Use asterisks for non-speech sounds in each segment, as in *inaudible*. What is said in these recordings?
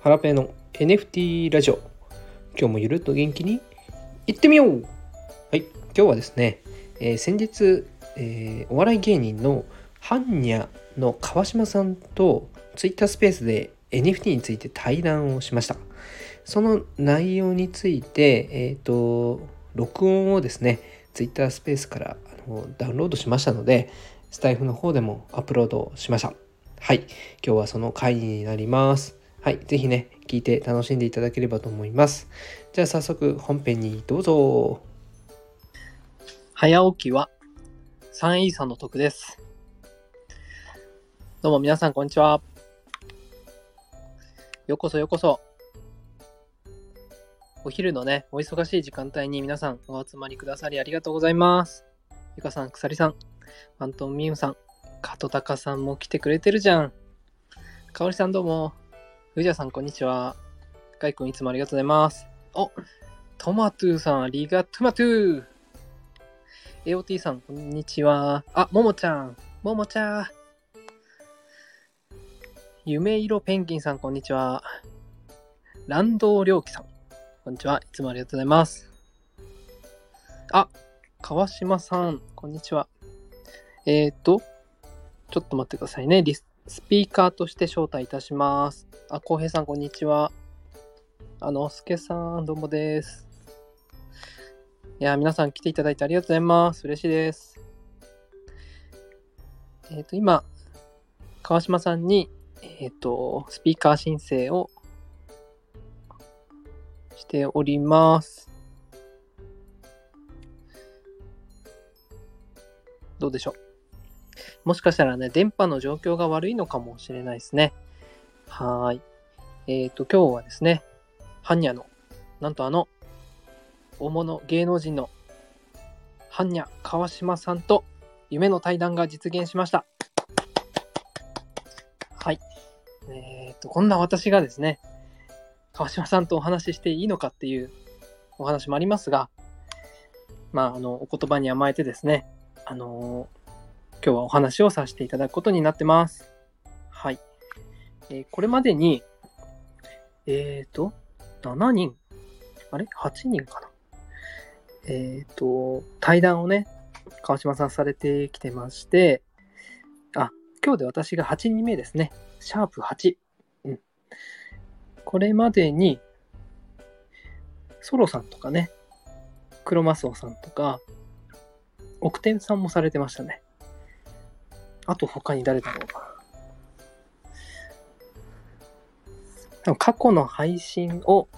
ハラペーの NFT ラジオ今日もゆるっと元気にいってみようはい今日はですね、えー先日、えーお笑い芸人のハンニャの川島さんとツイッタースペースで NFT について対談をしましたその内容についてえっ、と録音をですねツイッタースペースからあのダウンロードしましたのでスタイフの方でもアップロードしましたはい今日はその回になりますはい是非ね聞いて楽しんでいただければと思いますじゃあ早速本編にどうぞ早起きは3イーサの得です。どうも皆さんこんにちは。ようこそようこそ。お昼のね、お忙しい時間帯に皆さんお集まりくださりありがとうございます。ゆかさん、くさりさん、ファントムミウムさん、かとたかさんも来てくれてるじゃん。かおりさんどうも。ふじゃさんこんにちは。かいくんいつもありがとうございます。お、トマトゥーさんありがとう、トマトゥー AOT さん、こんにちは。あ、ももちゃん。ももちゃん。夢色ペンギンさん、こんにちは。乱道良樹さん、こんにちは。いつもありがとうございます。あ、川島さん、こんにちは。えーっと、ちょっと待ってくださいね。リススピーカーとして招待いたします。あ、浩平さん、こんにちは。あの、すけさん、どうもです。いやー、皆さん来ていただいてありがとうございます。嬉しいです。えっ、と、今、川島さんに、えっ、と、スピーカー申請をしております。どうでしょうもしかしたらね、電波の状況が悪いのかもしれないですね。はーい。えっ、と、今日はですね、ハンニャの、なんとあの、大物芸能人の般若川島さんと夢の対談が実現しましたはいえー、とこんな私がですね川島さんとお話ししていいのかっていうお話もありますがまああのお言葉に甘えてですねあのー今日はお話をさせていただくことになってますはい、えーこれまでにえっ、ー、と7人あれ ?8 人かなえっ、と、対談をね、川島さんされてきてまして、あ、今日で私が8人目ですね。シャープ8。うん。これまでに、ソロさんとかね、クロマスオさんとか、奥天さんもされてましたね。あと他に誰だろうな。多分過去の配信を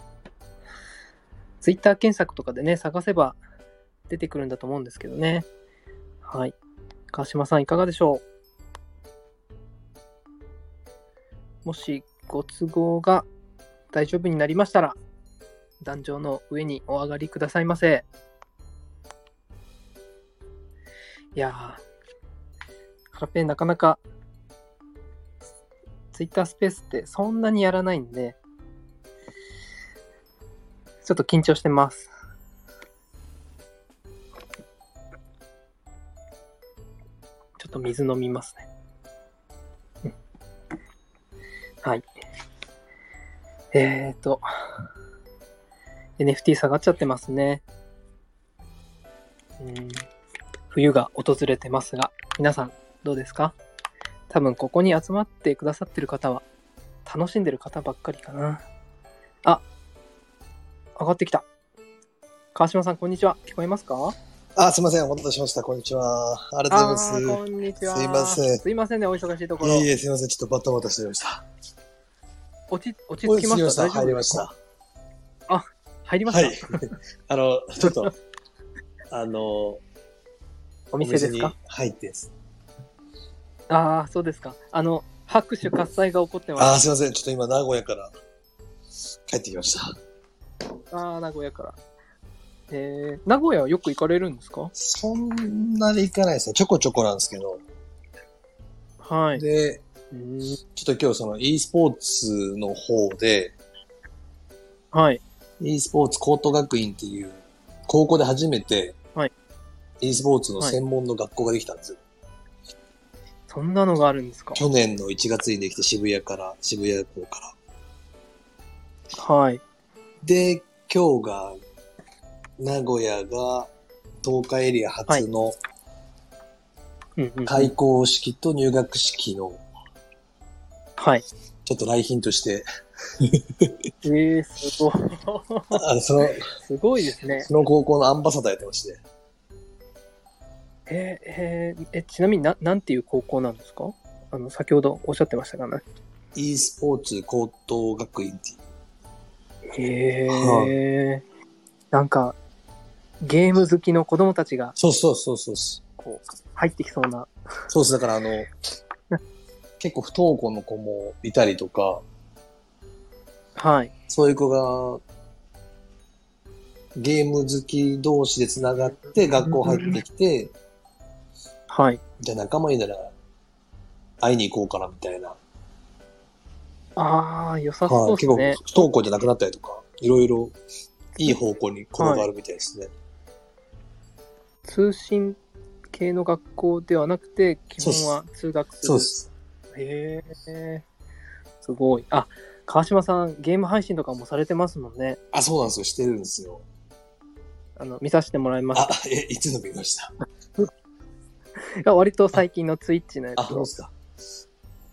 ツイッター検索とかでね、探せば出てくるんだと思うんですけどね。はい。川島さん、いかがでしょうもし、ご都合が大丈夫になりましたら、壇上の上にお上がりくださいませ。いやー、ハラペーなかなか、ツイッタースペースってそんなにやらないんで、ちょっと緊張してます。ちょっと水飲みますね。うんはい。えーと、NFT 下がっちゃってますね。うん冬が訪れてますが、皆さんどうですか多分ここに集まってくださってる方は、楽しんでる方ばっかりかな。上がってきた。川島さん、こんにちは。聞こえますかああ、すみません。お待たせしました。こんにちは。ありがとうございーまこんにちは。すいませんすいませんね、お忙しいとこす。ろ。いいえ、すみません。ちょっとバタバタしてました。落ち、落ち着きました。落ち着き大丈夫入りました。入りまはしい。 *laughs* あの、ちょ *laughs* っと、あの、お店ですかお店に入ってです。た。ああー、そうですか。あの、拍手喝采が起こってあまあ、す。すみません。ちょっと今、名古屋から帰ってきました。ああー、名古屋から。えー、名古屋はよく行かれるんですかそんなに行かないですね。ちょこちょこなんですけど。はい。で、うーんちょっと今日その e スポーツの方で、はい。 e スポーツ高等学院っていう、高校で初めて、はい。 e スポーツの専門の学校ができたんですよ。そんなのがあるんですか去年の1月にできて渋谷から、渋谷校から。はい。で、今日が、名古屋が東海エリア初のうんうん、開校式と入学式の、はい。ちょっと来賓として、えー、すごい。 *laughs* あのその、すごいですね。その高校のアンバサダーやってまして、えーえーえ、ちなみにな、なんていう高校なんですかあの、先ほどおっしゃってましたがね。 e スポーツ高等学院っていう。へえなんか、ゲーム好きの子供たちが、そうそうそうそうそう。こう、入ってきそうな。そうです。だから、あの、結構不登校の子もいたりとか、はい。そういう子が、ゲーム好き同士で繋がって、学校入ってきて、はい。じゃあ仲間いいなら、会いに行こうかな、みたいな。ああ、良さはいそうですね結。構、不登校じゃなくなったりとか、いろいろ、いい方向に転がるみたいですね。通信系の学校ではなくて、基本そうは通学する。そうです。へえすごい。あ、川島さん、ゲーム配信とかもされてますもんね。あ、そうなんですよ。してるんですよ。あの、見させてもらいましあ、え、いつの見ましたた。いや割と最近のツイッチのやあ、つそうをですか。昨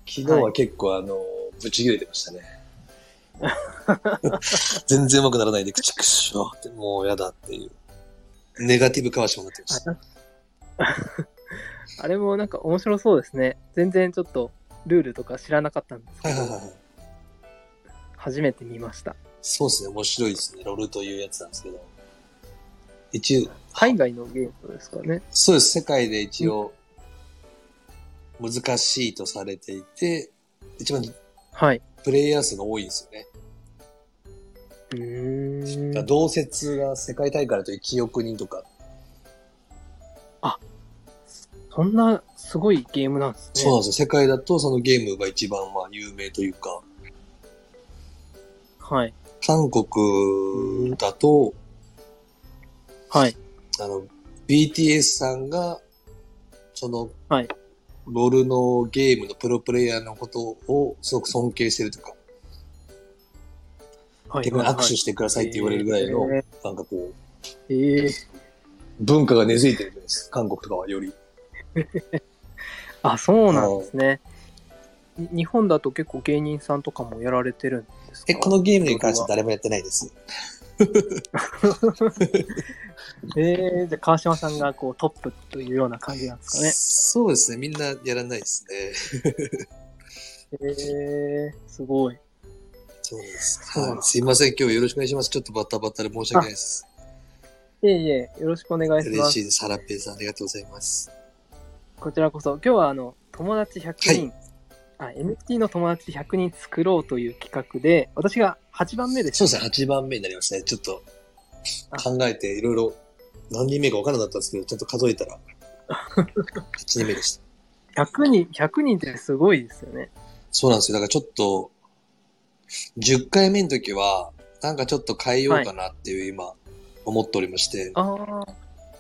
日は結構、あの、ぶち切れてましたね。 *laughs* 全然うまくならないで、くちくしょって、もうやだっていう。ネガティブ川島になってました。あれもなんか面白そうですね。全然ちょっとルールとか知らなかったんですけはいはいど、はいはい。初めて見ました。そうですね、面白いですね。ロールというやつなんですけど。一応、海外のゲームですかね。そうです。世界で一応、難しいとされていて、一番はい。プレイヤー数が多いんですよね。うーだからん。同説が世界大会だと1億人とか。そんなすごいゲームなんですね。そうなんですよ。世界だとそのゲームが一番まあ有名というか、はい。韓国だと、はい。あの、BTS さんが、その、はいロールのゲームのプロプレイヤーのことをすごく尊敬してるとか、はい。逆に握手してくださいって言われるぐらいの、えなんかこう、ーえー文化が根付いてるんです。韓国とかはより。あ、そうなんですね。に日本だと結構芸人さんとかもやられてるんですかえ、このゲームに関して誰もやってないです。えー、じゃあ川島さんがこうトップというような感じなんですかね。そうですね。みんなやらないですね。えー、すごい。そうです。そうなんはだい、すいません。今日よろしくお願いします。ちょっとバタバタで申し訳ないです。いえいえ、よろしくお願いしま嬉しす。いです。ハラペーさん、ありがとうございます。こちらこそ、今日はあの、友達100人、あ、NFT の友達100人作ろうという企画で、私が8番目です。そうですね。8番目になりましたね。ちょっとあ考えていろいろ何人目か分からなかったんですけど、ちょっと数えた *laughs* ら8人目でした。 100人、100人ってすごいですよね。そうなんですよ。だからちょっと、10回目の時は、なんかちょっと変えようかなっていう今、思っておりまして、あー、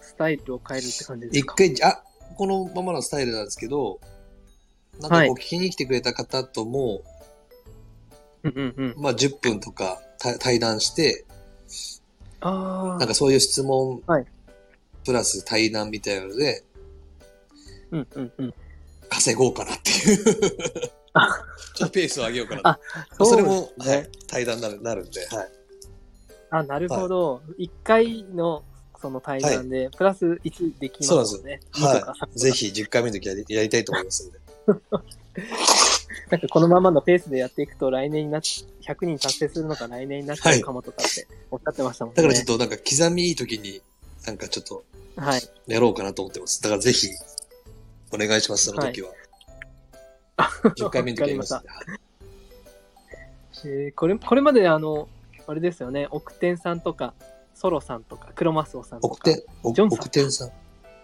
スタイルを変えるって感じです一か。回、あ、このままのスタイルなんですけど、なんかはいこう聞きに来てくれた方とも、うんうんうん。まあ10分とかた対談して、あなんー、かそういう質問、はいプラス対談みたいなので、うんうんうん。稼ごうかなっていう。ちょあっとペースを上げようかな。それも、はい、対談になるなるんで、はい。あ、なるほど。一回のその対談で、プラス1できますよね。そうな2んですとか3とかぜひ10回目の時やりやりたいと思いますんで。なんかこのままのペースでやっていくと、来年になっ100人達成するのか来年になっちゃうかもとかっておっしゃってましたもんね。 *laughs* だからちょっとなんか刻みいい時に、なんかちょっとはい。やろうかなと思ってます。だからぜひ、お願いします、その時は。10回目の時やりますんで。はいえーこれ、これまであの、あれですよね、奥天さんとか、ソロさんとか、クロマスオさんとか。奥天、ジョンさん奥天さん。あ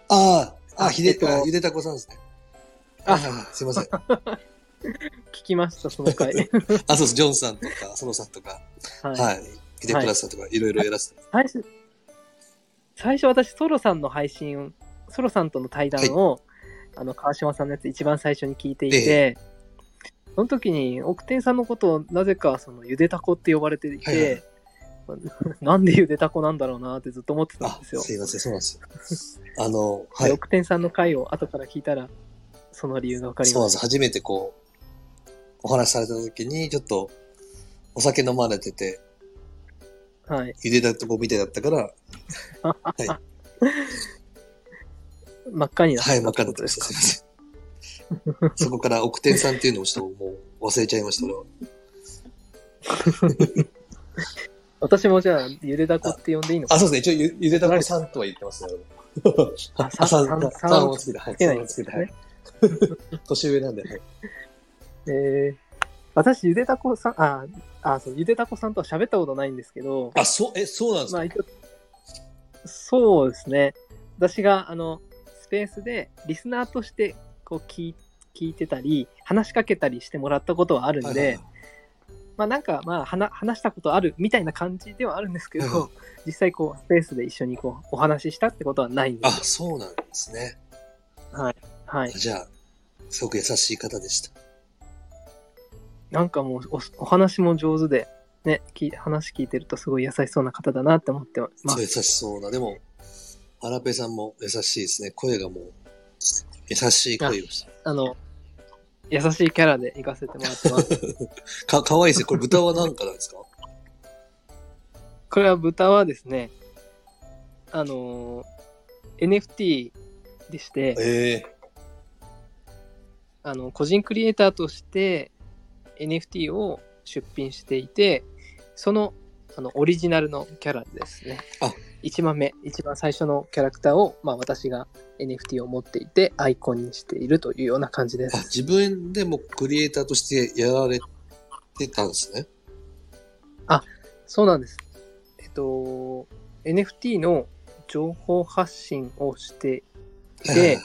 あ、あ、あひで、えっとあゆでたこさんですね。あはいはいはいすいません。聞きました、その回。 *laughs* あ、そうです。ジョンさんとか、ソロさんとか、はい、 *laughs* はい。ヒデプラスさんとか、いろいろやらせて。最初、最初私、ソロさんの配信を、ソロさんとの対談を、あの、川島さんのやつ一番最初に聞いていて、その時に奥天さんのことをなぜかそのゆでたこって呼ばれていて、 *laughs* なんでゆでたこなんだろうなってずっと思ってたんあ、ですよ。すいません、そうなんですよ。あの、はでい。奥天さんの回を後から聞いたらその理由が分かりそうなまんです。す。初めてこう、お話しされた時に、ちょっと、お酒飲まれてて、はい、茹でたとこみたいだったから、真っ赤になったはい、わってかこんなかとっでたすか。す。いません。そこから奥天さんっていうのをちょっともう忘れちゃいました。俺は私もじゃあゆでだこって呼んでいいのかあ、そうですね。一応ゆ、ゆでたこさんとは言ってますね。ああ、さん、さんささんんさんをつけて、はい。つけさなんいんをでつけすて、ねはい。年上なんで、はい。えー私ゆでだこさんああそうゆでだこさんとは喋ったことないんですけどあ、そう、え、そうなんですまかあ一応そうですね私があのスペースでリスナーとしてこう聞い聞いてたり話しかけたりしてもらったことはあるんで、はいはいはいまあなんかまあ話話したことあるみたいな感じではあるんですけはいはど実際こうスペースで一緒にこうお話ししたってことはないんであ、すそうなんですね。はいじゃあ、すごく優しい方でした。なんかもうおお話も上手で、ね、き話聞いてるとすごい優しそうな方だなって思ってまそう優す。しそうな。でも、アラペさんも優しいですね。声がもう、優しい声をしあの、優しいキャラで行かせてもらって *laughs* ます。た。か、かわいいですね。これ豚は何かなんですかこれは豚はですね、あのー NFT でして、 *laughs* ええあの、個人クリエイターとして NFT を出品していて、その、あの、オリジナルのキャラですね。あ一番目、一番最初のキャラクターを、まあ私が NFT を持っていて、アイコンにしているというような感じですあ、。自分でもクリエイターとしてやられてたんですね。そうなんです。えっと、NFT の情報発信をしていて、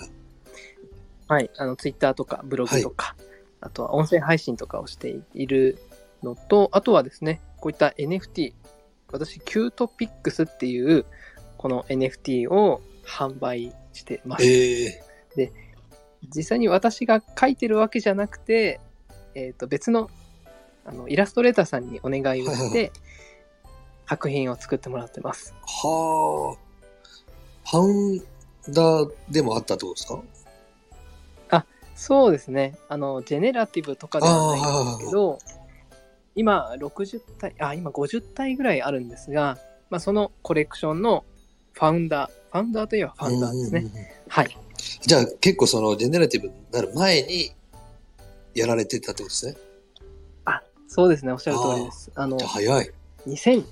はい、あの、Twitter とかブログとか、あとは音声配信とかをしているのと、あとはですね、こういった NFT、私、キュートピックスっていう、この NFT を販売してます。ええ実際に私が書いてるわけじゃなくて、えー、と別のあのイラストレーターさんにお願いをはいしはて作品を作ってもらってます。はあ。ファウンダーでもあったってことですかそうですねあのジェネラティブとかではないんですけど今60体あ今50体ぐらいあるんですが、まあ、そのコレクションのファウンダーファウンダーといえばファウンダーですね、うんうんうんはいじゃあ結構そのジェネラティブになる前にやられてたってことですね。あそうですねおっしゃる通りですあのじゃあ早い。 2000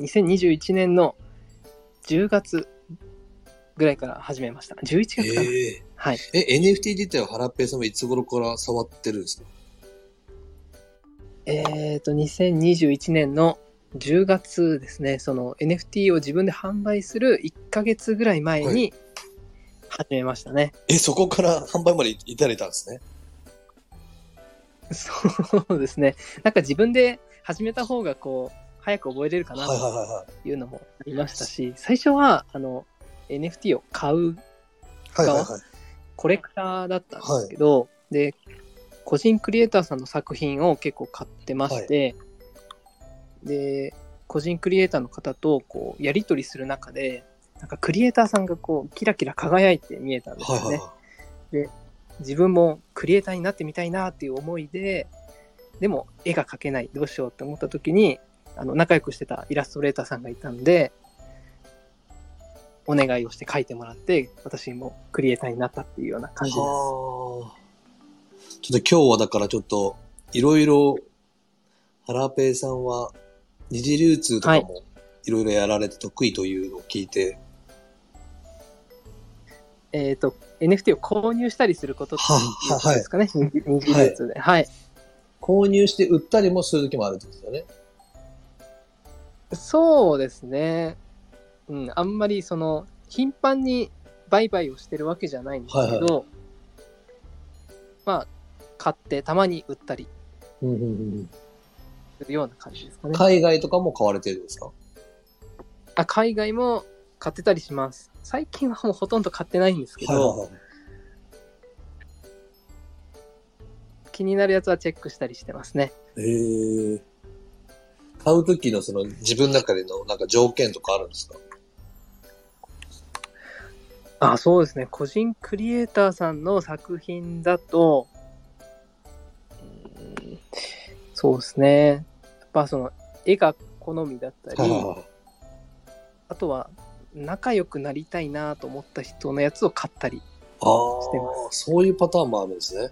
2021年の10月ぐらいから始めました。11月かな、ええはい。え、NFT 自体はハラペイさんはいつ頃から触ってるんですかえっ、と、2021年の10月ですね、その NFT を自分で販売する1ヶ月ぐらい前はに始めましたね。 *laughs* え、そこから販売まで至れたんですね。そうですね。なんか自分で始めた方がこう、早く覚えれるかはないとはいはいはい。いうのもありましたし、最初は、あの、NFT を買うはいはいはい。コレクターだったんですけど、で個人クリエイターさんの作品を結構買ってまして、で個人クリエイターの方とこうやり取りする中でなんかクリエイターさんがこうキラキラ輝いて見えたんですはいよはいねは自分もクリエイターになってみたいなっていう思いででも絵が描けないどうしようって思った時にあの仲良くしてたイラストレーターさんがいたんでお願いをして描いてもらって私もクリエイターになったっていうような感い。じです。はあ。ちょっと今日はだからちょっと、いろいろ、ハラペイさんは二次流通とかもいろいろやられて得意というのを聞いて、えー、と NFT を購入したりすることっていうことですかね、二次二次流通で。はい、購入して売ったりもするときもあるってことですよね。そうですね、うん、あんまりその頻繁に売買をしてるわけじゃないんですけど、はいまあ、買ってたまに売ったりうんうんうんするような感じですかうん、ね。海外とかも買われてるんですかあ海外も買ってたりします。最近はもうほとんど買ってないんですけど、はいはいはい気になるやつはチェックしたりしてますね。えー、買うときのその自分の中でのなんか条件とかあるんですかあ、そうですね。個人クリエイターさんの作品だと、うーんそうですね。やっぱその、絵が好みだったり、はあとは、仲良くなりたいなと思った人のやつを買ったり。あ、あしてまあ、そういうパターンもあるんですね。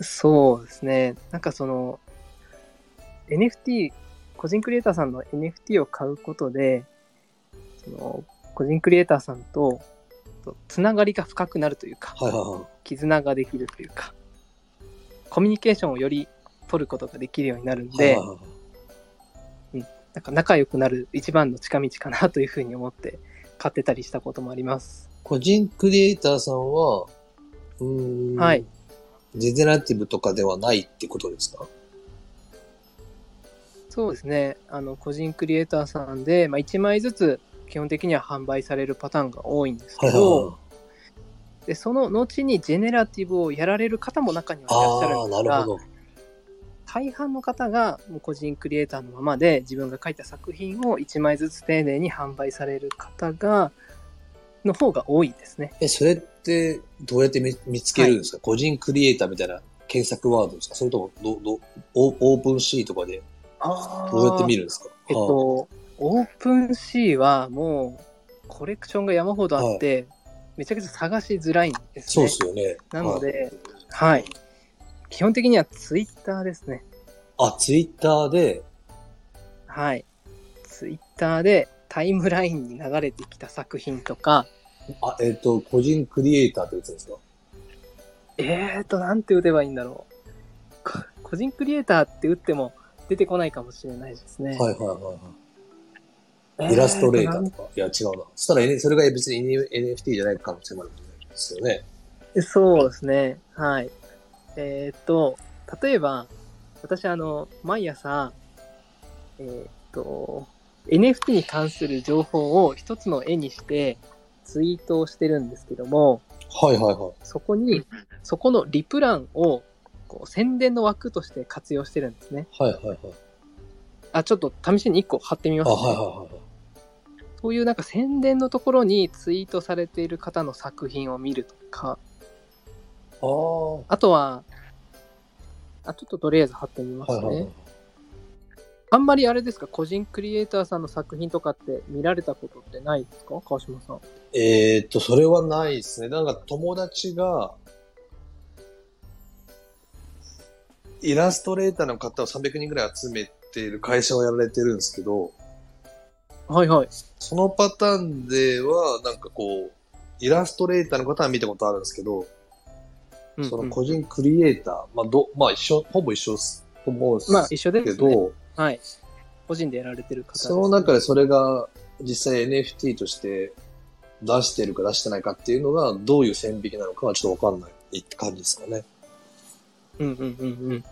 そうですね。なんかその、NFT、個人クリエイターさんの NFT を買うことで、その、個人クリエイターさんと、とつながりが深くなるというか、はいはいはい。絆ができるというか、コミュニケーションをより取ることができるようになるんで、はいはいはいなんか仲良くなる一番の近道かなというふうに思って買ってたりしたこともあります。個人クリエイターさんは、うーん、はい。ジェネラティブとかではないってことですかそうですね。あの、個人クリエイターさんで、まあ、1枚ずつ基本的には販売されるパターンが多いんですけど、でその後にジェネラティブをやられる方も中にはいらっしゃるああんー、でなするがほど。大半の方がもう個人クリエイターのままで自分が書いた作品を1枚ずつ丁寧に販売される方がの方が多いですね。え、それってどうやって見見つけるんですか、個人クリエイターみたいな検索ワードですかそれともど、ど、オオープンシーとかでどうやって見るんですかえっはと、オープンシーはもうコレクションが山ほどあって、めちゃくちゃ探しづらいんでいすそうね。ですよね。なのはい。で、はい。基本的にはツイッターですね。あ、ツイッターで、はい。ツイッターでタイムラインに流れてきた作品とか、あ、えっ、と、個人クリエイターって打つんですかえーと、なんて打てばいいんだろう。こ個人クリエイターって打っても出てこないかもしれないですね。はいはいはいはい。イラストレータえーーとか。いや、違うな。そしたら、N- それが別に N- NFT じゃない可能性もあるんですよね。とそうですね。はい。えーと、例えば、私、あの、毎朝、えーと、NFT に関する情報を一つの絵にしてツイートをしてるんですけども、はいはいはい。そこに、そこのリプランをこう宣伝の枠として活用してるんですね。はいはいはい。あ、ちょっと試しに1個貼ってみまあ、す、ね。はいはいはい。そういうなんか宣伝のところにツイートされている方の作品を見るとか、ああ。はあとは、あちょっととりあえず貼ってみますいね。はいはい。あんまりあれですか、個人クリエイターさんの作品とかって見られたことってないですか川島さん。えーっと、それはないですね。なんか友達が、イラストレーターの方を300人ぐらい集めている会社をやられてるんですけど、はいはい。そのパターンでは、なんかこう、イラストレーターの方は見たことあるんですけうど、んうんその個人クリエイター、まあど、まあ一緒、ほぼ一緒っすと思うんですまあ一緒でけすど、ね。はい。個人でやられてる方ですね、その中でそれが実際 NFT として出してるか出してないかっていうのがどういう線引きなのかはちょっとわかんないって感じですかね。うんうんうんうん。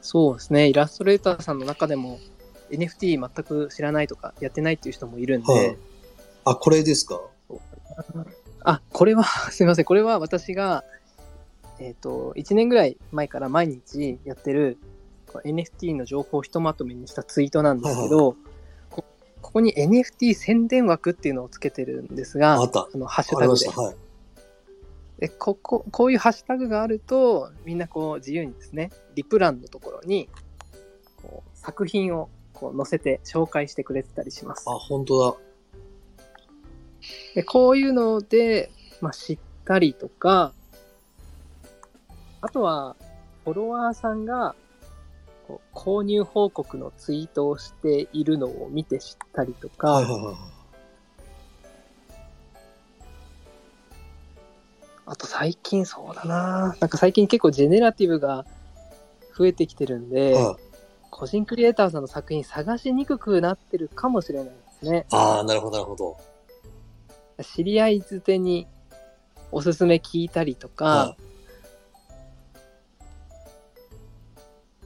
そうですね。イラストレーターさんの中でも NFT 全く知らないとかやってないっていう人もいるんで、はいあ、これですかあ、これは *laughs* すいません。これは私が、えっ、と、1年ぐらい前から毎日やってるこう NFT の情報をひとまとめにしたツイートなんですけど、こここに NFT 宣伝枠っていうのをつけてるんですが、あったあのハッシュありタまグしでた。はい。でこここういうハッシュタグがあるとみんなこう自由にですねリプランのところにこう作品をこう載せて紹介してくれてたりしますあ、本当でこういうので、まあ、知ったりとかあとはフォロワーさんがこう購入報告のツイートをしているのを見て知ったりとか、だ。はいはいはい。あと最近そうだななんか最近結構ジェネラティブが増えてきてるんで、はい個人クリエイターさんの作品探しにくくなってるかもしれないですね。ああ、なるほど、なるほど。知り合いづてにおすすめ聞いたりとか、は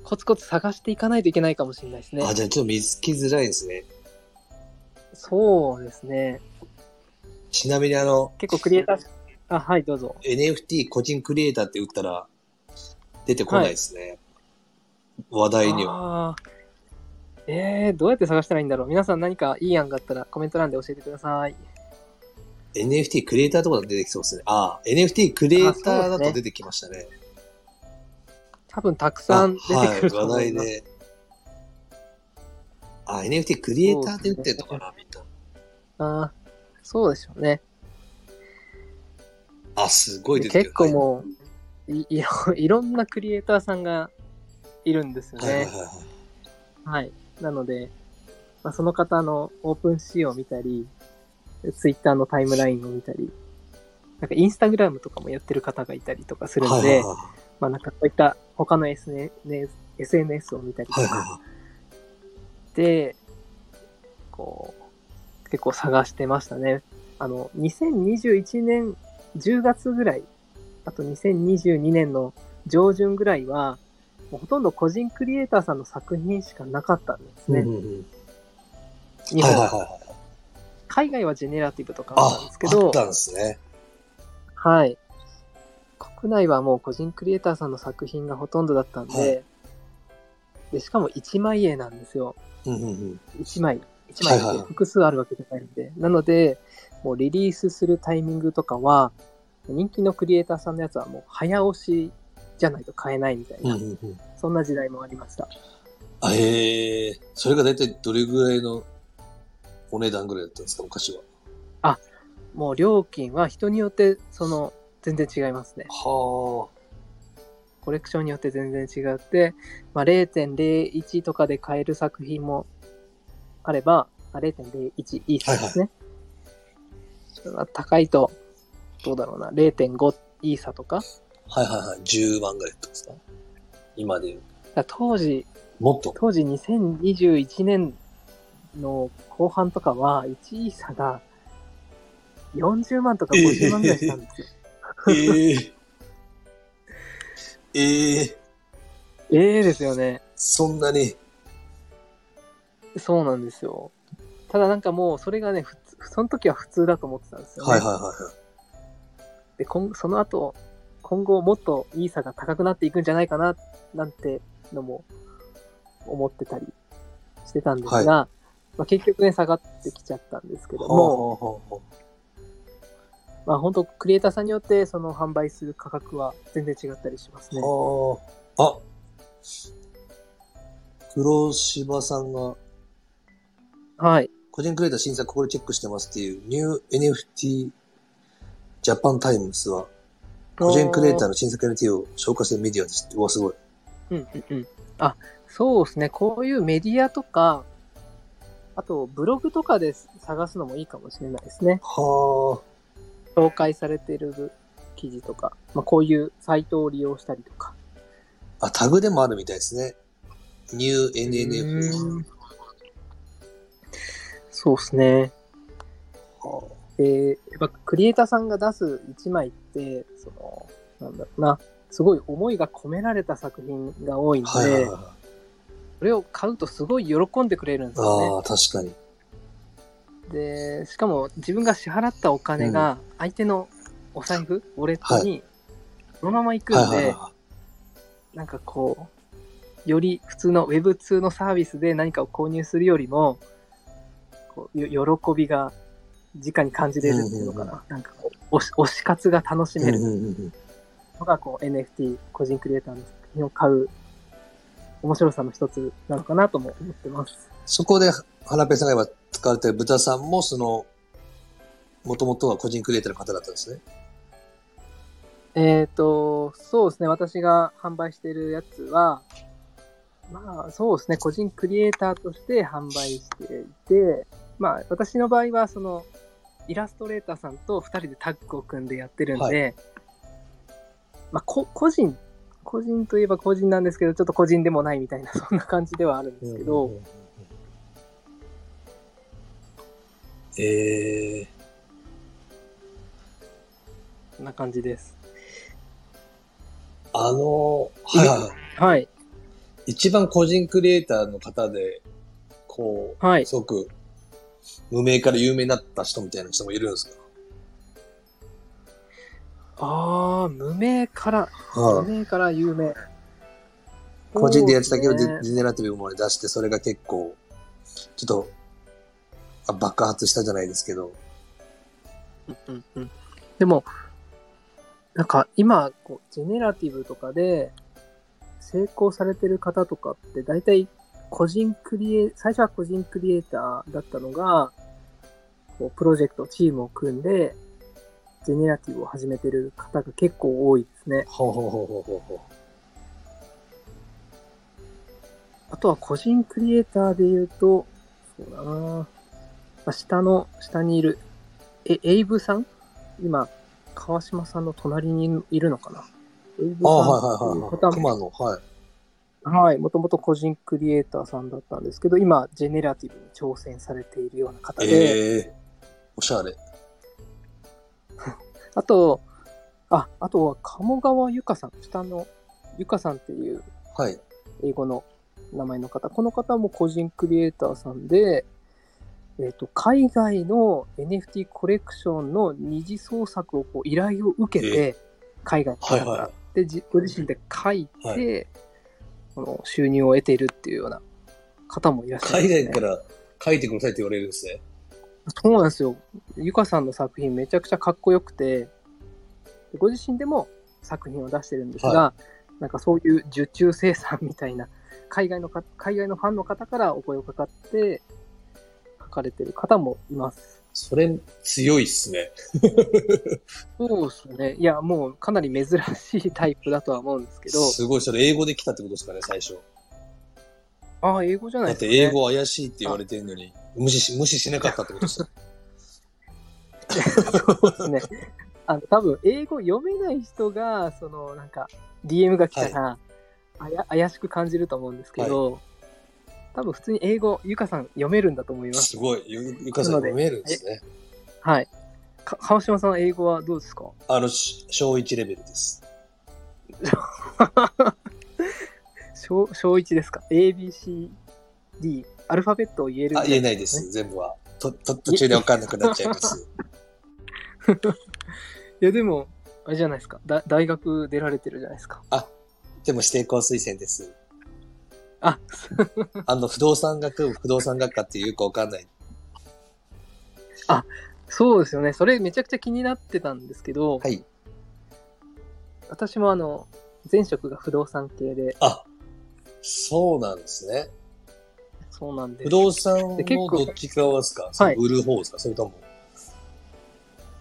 コツコツ探していかないといけないかもしれないですい。ねあ、。じゃあちょっと見つけづらいんですね。そうですね。ちなみにあの、結構クリエイター、あ、はい、どうぞ。 NFT 個人クリエイターって打ったら、出てこないですね。話題には。あーえー、どうやって探したらいいんだろう皆さん何かいい案があったらコメント欄で教えてください。 NFT クリエイターとか出てきそうですね。ああ、NFT クリエイターだと出てきましたね。多分たくあさん出てくると思います。はい、話題で。あ、NFT クリエイターで打ってんのかな、みんな。あーそうでしょうね。あ、すごい出て結構もうい *laughs* いろ、いろんなクリエイターさんがいるんですよはいはねいはい。はい。はい。なので、まあ、その方のオープンシーンを見たり、ツイッターのタイムラインを見たり、なんかインスタグラムとかもやってる方がいたりとかするので、はいはいはいまあなんかこういった他の SNS, SNS を見たりとはいはいかはでこう、結構探してましたね。あの、2021年10月ぐらい、あと2022年の上旬ぐらいは、もうほとんど個人クリエイターさんの作品しかなかったんですい。ね。うんうんう日んはい本はいははい。海外はジェネラティブとかあったあんですけ、あどっ、たんですね。はい。国内はもう個人クリエイターさんの作品がほとんどだったんで、はいでしかも1枚絵なんですよ。うんうんうん。 1枚。1枚はいっはてい複数あるわけじゃないんで。なので、もうリリースするタイミングとかは、人気のクリエイターさんのやつはもう早押しじゃないと買えないみたいうんな、うんうん。そんな時代もありました。あへえ、それが大体どれぐらいのお値段ぐらいだったんですか、昔は。もう料金は人によって、その、全然違いますね。はコレクションによって全然違って、まあ、0.01とかで買える作品もあれば、あ0.01イーサですね。それが高いと、どうだろうな、0.5イーサとか。あ。はいはいはい。10万ぐらいだったんですか今で言う。だから当時、もっと。当時2021年の後半とかは、1イーサが40万とか50万ぐらいしたんですよ。ええ。 *laughs* ええ、 *laughs* ええですよね。そんなに。そうなんですよ。ただなんかもう、それがね、普通その時は普通だと思ってたんですよね。はいはいはいはい。で今その後今後もっとイーサが高くなっていくんじゃないかななんてのも思ってたりしてたんですが、はいまあ、結局ね下がってきちゃったんですけども、ほうほうほうほまあ、本当クリエイターさんによってその販売する価格は全然違ったりしますね。うはあ。あ黒柴さんが、はい。個人クリエイター新作これチェックしてますっていう、ニュー NFT ジャパンタイムスは、個人クリエイターの。の新作 NFT を紹介するメディアですって。うわ、すごい。うんうんうん。あ、そうですね。こういうメディアとか、あとブログとかで探すのもいいかもしれないですね。は紹介されてる記事とか、まあ、こういうサイトを利用したりとか。あ。あ、タグでもあるみたいですね。ニューう NNF。んそうですね。はで、やっぱクリエイターさんが出す1枚って、その、なんだろうな、すごい思いが込められた作品が多いあのはいはいで、はい。それを買うとすごい喜んでくれるんですよああ、確かに。ね。で、しかも自分が支払ったお金が相手のお財布、ウォレットにそのまま行くはいんはいで、はなんかこう、より普通の Web2 のサービスで何かを購入するよりも、こうよ喜びが直に感じれるっていうのかな。なんかこう推し、推し活が楽しい。めうんるうんうんうんのが、こう、NFT、個人クリエイターの作品を買う面白さの一つなのかなとも思ってます。そこで、原ペさんが今使われてる豚さんも、その、もともとは個人クリエイターの方だったんですね。えっ、と、そうですね。私が販売してるやつは、まあ、そうですね。個人クリエイターとして販売していて、まあ、私の場合は、その、イラストレーターさんと2人でタッグを組んでやってるんで、はまあ、こ個人、個人といえば個人なんですけど、ちょっと個人でもないみたいな、そんな感じではあるんですけど、うんうんうんうん。ええそんな感じです。あの、はいはいはい。はい、一番個人クリエイターの方で、こう、はいすごく、無名から有名になった人みたいな人もいるんですああ、無名から、か無は名から有名。 *laughs* 個人でやってたけそど、うでデすねディネラティブまで出して、それが結構、ちょっと、あ爆発したじゃないですけど、うんうん、でも、なんか今、こう、ジェネラティブとかで成功されてる方とかって、大体個人クリエイ、最初は個人クリエイターだったのが、こう、プロジェクト、チームを組んで、ジェネラティブを始めてる方が結構多いですね。ほうほうほうほうほうほあとは個人クリエイターで言うと、そうだなまあ下の、下にいる、え、エイブさん今、川島さんの隣にいるのかなエイブう。ああ、さんはいはいはい方も、はい。熊の、はい。はい、もともと個人クリエイターさんだったんですけど、今、ジェネラティブに挑戦されているような方で、ええおしゃれ。あと、あ、あとは鴨川ゆかさん、下のゆかさんっていうはい。英語の名前の方。この方も個人クリエイターさんで、えっと海外の NFT コレクションの二次創作をこう依頼を受けて、海外の方から、はいはでじご自身で書いて、はこの収入を得ているっていうような方もいらっしゃる、海外から書いてくださいって言われるんですね。そうなんですよ。ゆかさんの作品めちゃくちゃかっこよくて、ご自身でも作品を出してるんですが、はなんかそういう受注生産みたいな、海外のか海外のファンの方からお声をかかって、書かれてる方もいます。それ、強いっすね。そうですね。いや、もうかなり珍しいタイプだとは思うんですけど、すごい、それ英語で来たってことですかね、最初。ああ、英語じゃなだいっですてか、ね。英語怪しいって言われてるのに、無視し、無視しなかったってことですね。そうですね。あの多分英語読めない人がそのなんか DM が来たら、あや怪しく感じると思うんですけど、多分普通に英語ゆかさん読めるんだと思います。すごい。ゆゆかさん読めるんですね。はい。か川島さん英語はどうですか？ *laughs* あの、し小1レベルです。小小一ですか？A B C D アルファベットを言えるぐあ、ら *laughs* 言えないです。全部は。と、と、途中でわかんなくなっちゃい *laughs* ます。いやでもあれじゃないですか。だ大学出られてるじゃないですか。でも指定校推薦です。あ、あの、不動産学部、不動産学科っていうよくわかんない。そうですよね。それめちゃくちゃ気になってたんですけど、はい。私もあの前職が不動産系であ、そうなんですね。そうなんで不す。動産で結の構どっち側ですかその売る方ですか、それとも、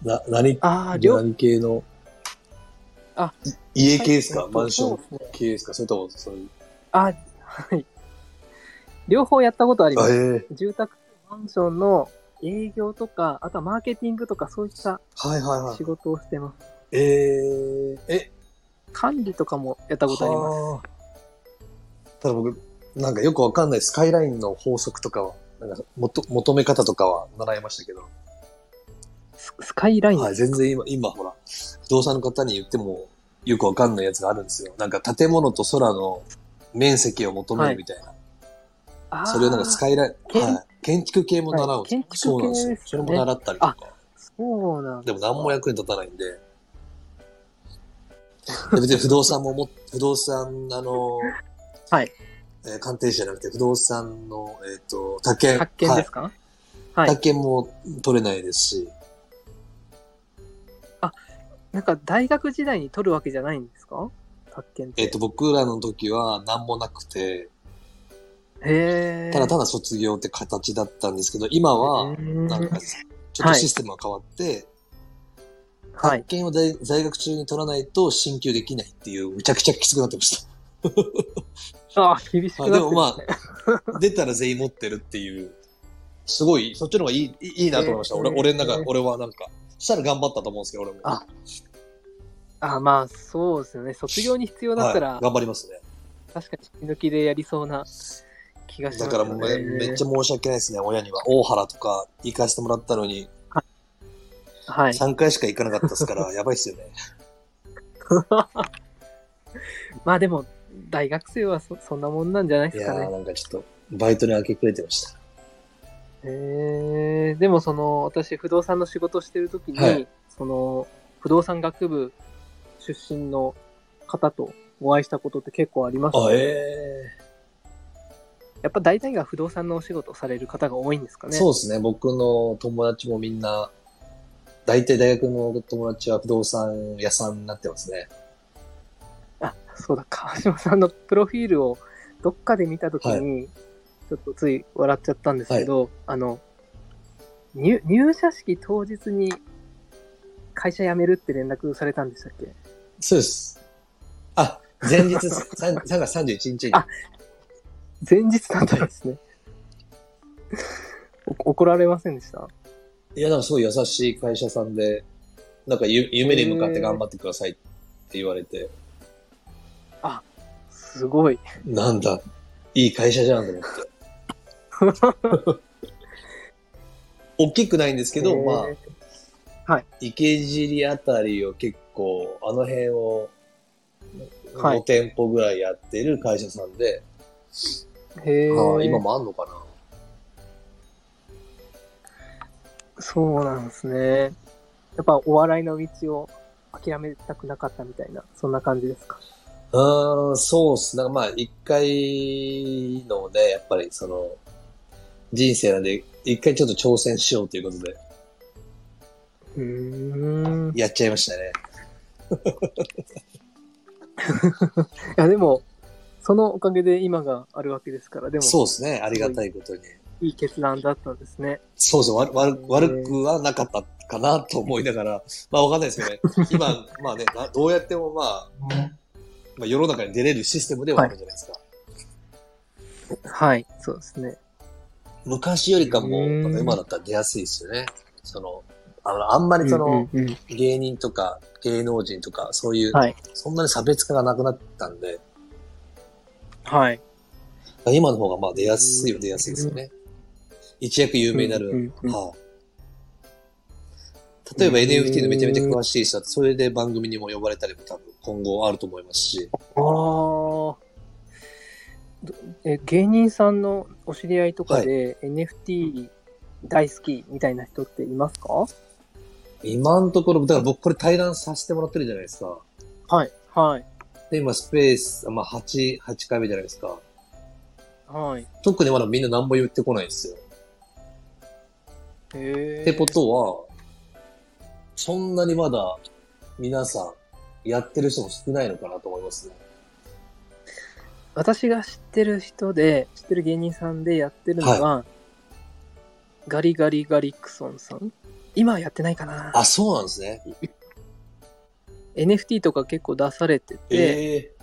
な、何、ああ、両何系の、あい、家系ですか、はいマンションそうですね系ですかそれとも、そういう。あ、はい。両方やったことありまあ、す。ええ住宅、マンションの営業とか、あとはマーケティングとかそういったはいはいはい仕。事をしてます。えええ、管理とかもやったことあります。はあただ僕、なんかよくわかんないスカイラインの法則とかは、なんかもと求め方とかは習いましたけど、ススカイライン。はい、全然今、今ほら、不動産の方に言ってもよくわかんないやつがあるんですよ。なんか建物と空の面積を求めるみたいな。あーそれをなんかスカイライン、建はい、建築系も習うんですよ、はい建築系そうなんですよ。ですそよれねも習ったりとか。そうなんでも何も役に立たない *laughs* んで。で別に不動産もも、不動産、あの、はい。えー鑑定士じゃなくて、不動産の、えっ、と、宅建。発見ですか、は、はいい宅建も取れないですし、なんか大学時代に取るわけじゃないんですか発見って。えっ、と、僕らの時は何もなくて、へえ。ただただ卒業って形だったんですけど、今は、なんか、ちょっとシステムが変わって、は宅い。建を在在学中に取らないと進級できないっていう、むちゃくちゃきつくなってました。あー厳しくなってあでもまあ、 *laughs* 出たら全員持ってるっていう、すごい、そっちの方がいい、いいいいなと思いました。えー俺、俺の中えー、俺はなんか、したら頑張ったと思うんですけど、俺も。ああーまあ、そうですよね。卒業に必要だったら、はい、頑張りますね。確かに抜きでやりそうな気がしまだすかよらね。もうめめっちゃ申し訳ないですね、親には。大原とか行かせてもらったのに、はい。 *laughs* 3回しか行かなかったですから、やばいっすよね。まあでも、大学生はそそんなもんなんじゃないいですやかー、ね。なんかちょっと、バイトに明け暮れてました。えー、でもその、私、不動産の仕事してるときに、はいその、不動産学部出身の方とお会いしたことって結構ありますあ、えやっぱ大体が不動産のお仕事をされる方が多いんですかえね。。そううですね。僕の友達もみんな、大体大学の友達は不動産屋さんになってますね。あ、そうだ、川島さんのプロフィールをどっかで見たときに、ちょっとつい笑っちゃったんですけど、あの入、入社式当日に会社辞めるって連絡されたんでしたっけそうです。あ、前日、3, 3月31日に。あ前日だったんですね。お怒られませんでしたいや、なんかすごい優しい会社さんで、なんかゆ夢に向かって頑張ってくださいって言われて、すごい。なんだ、いい会社じゃんと思って。大きくないんですけど、まあ、池尻あたりを結構、あの辺をはい5店舗ぐらいやってる会社さんで、あ、へえ。はい今もあんのかなそうなんですね。やっぱお笑いの道を諦めたくなかったみたいな、そんな感じですか。うーん、そうっす。なんかまあ、一回のね、やっぱりその、人生なんで、一回ちょっと挑戦しようということで、うーん。いやっちゃいましたね。や、でも、そのおかげで今があるわけですから、でも、そうですね。ありがたいことに。いい決断だったんですね。そうそう、わ悪悪くはなかったかなと思いながら、まあわかんないですよね。今、まあね、などうやってもまあ、まあ世の中に出れるシステムではあるじゃないですか。はい、そうですね。昔よりかも、うんなんか今だったら出やすいですよね。その、あの、あんまりその、うんうんうん芸人とか芸能人とか、そういう、はいそんなに差別化がなくなったんで、はい。今の方がまあ出やすいは出やすいですよね。一躍有名になる。うんうんうんはい例えばうん NFT のめちゃめちゃ詳しい人だとそれで番組にも呼ばれたりも多分今後あると思いますし、あーどえ芸人さんのお知り合いとかで NFT 大好きみたいな人っていますかは今のところ、だから僕これ対談させてもらってるじゃないですか。いはいで、今スペース、まあ8、8回目じゃないですか。はい特にまだみんな何も言ってこないんですよ。へえってことは、そんなにまだ皆さんやってる人も少ないのかなと思いますね。私が知ってる人で知ってる芸人さんでやってるのが、ガリガリガリクソンさん今はやってないかなあ、そうなんですね。 NFT とか結構出されてて、ええ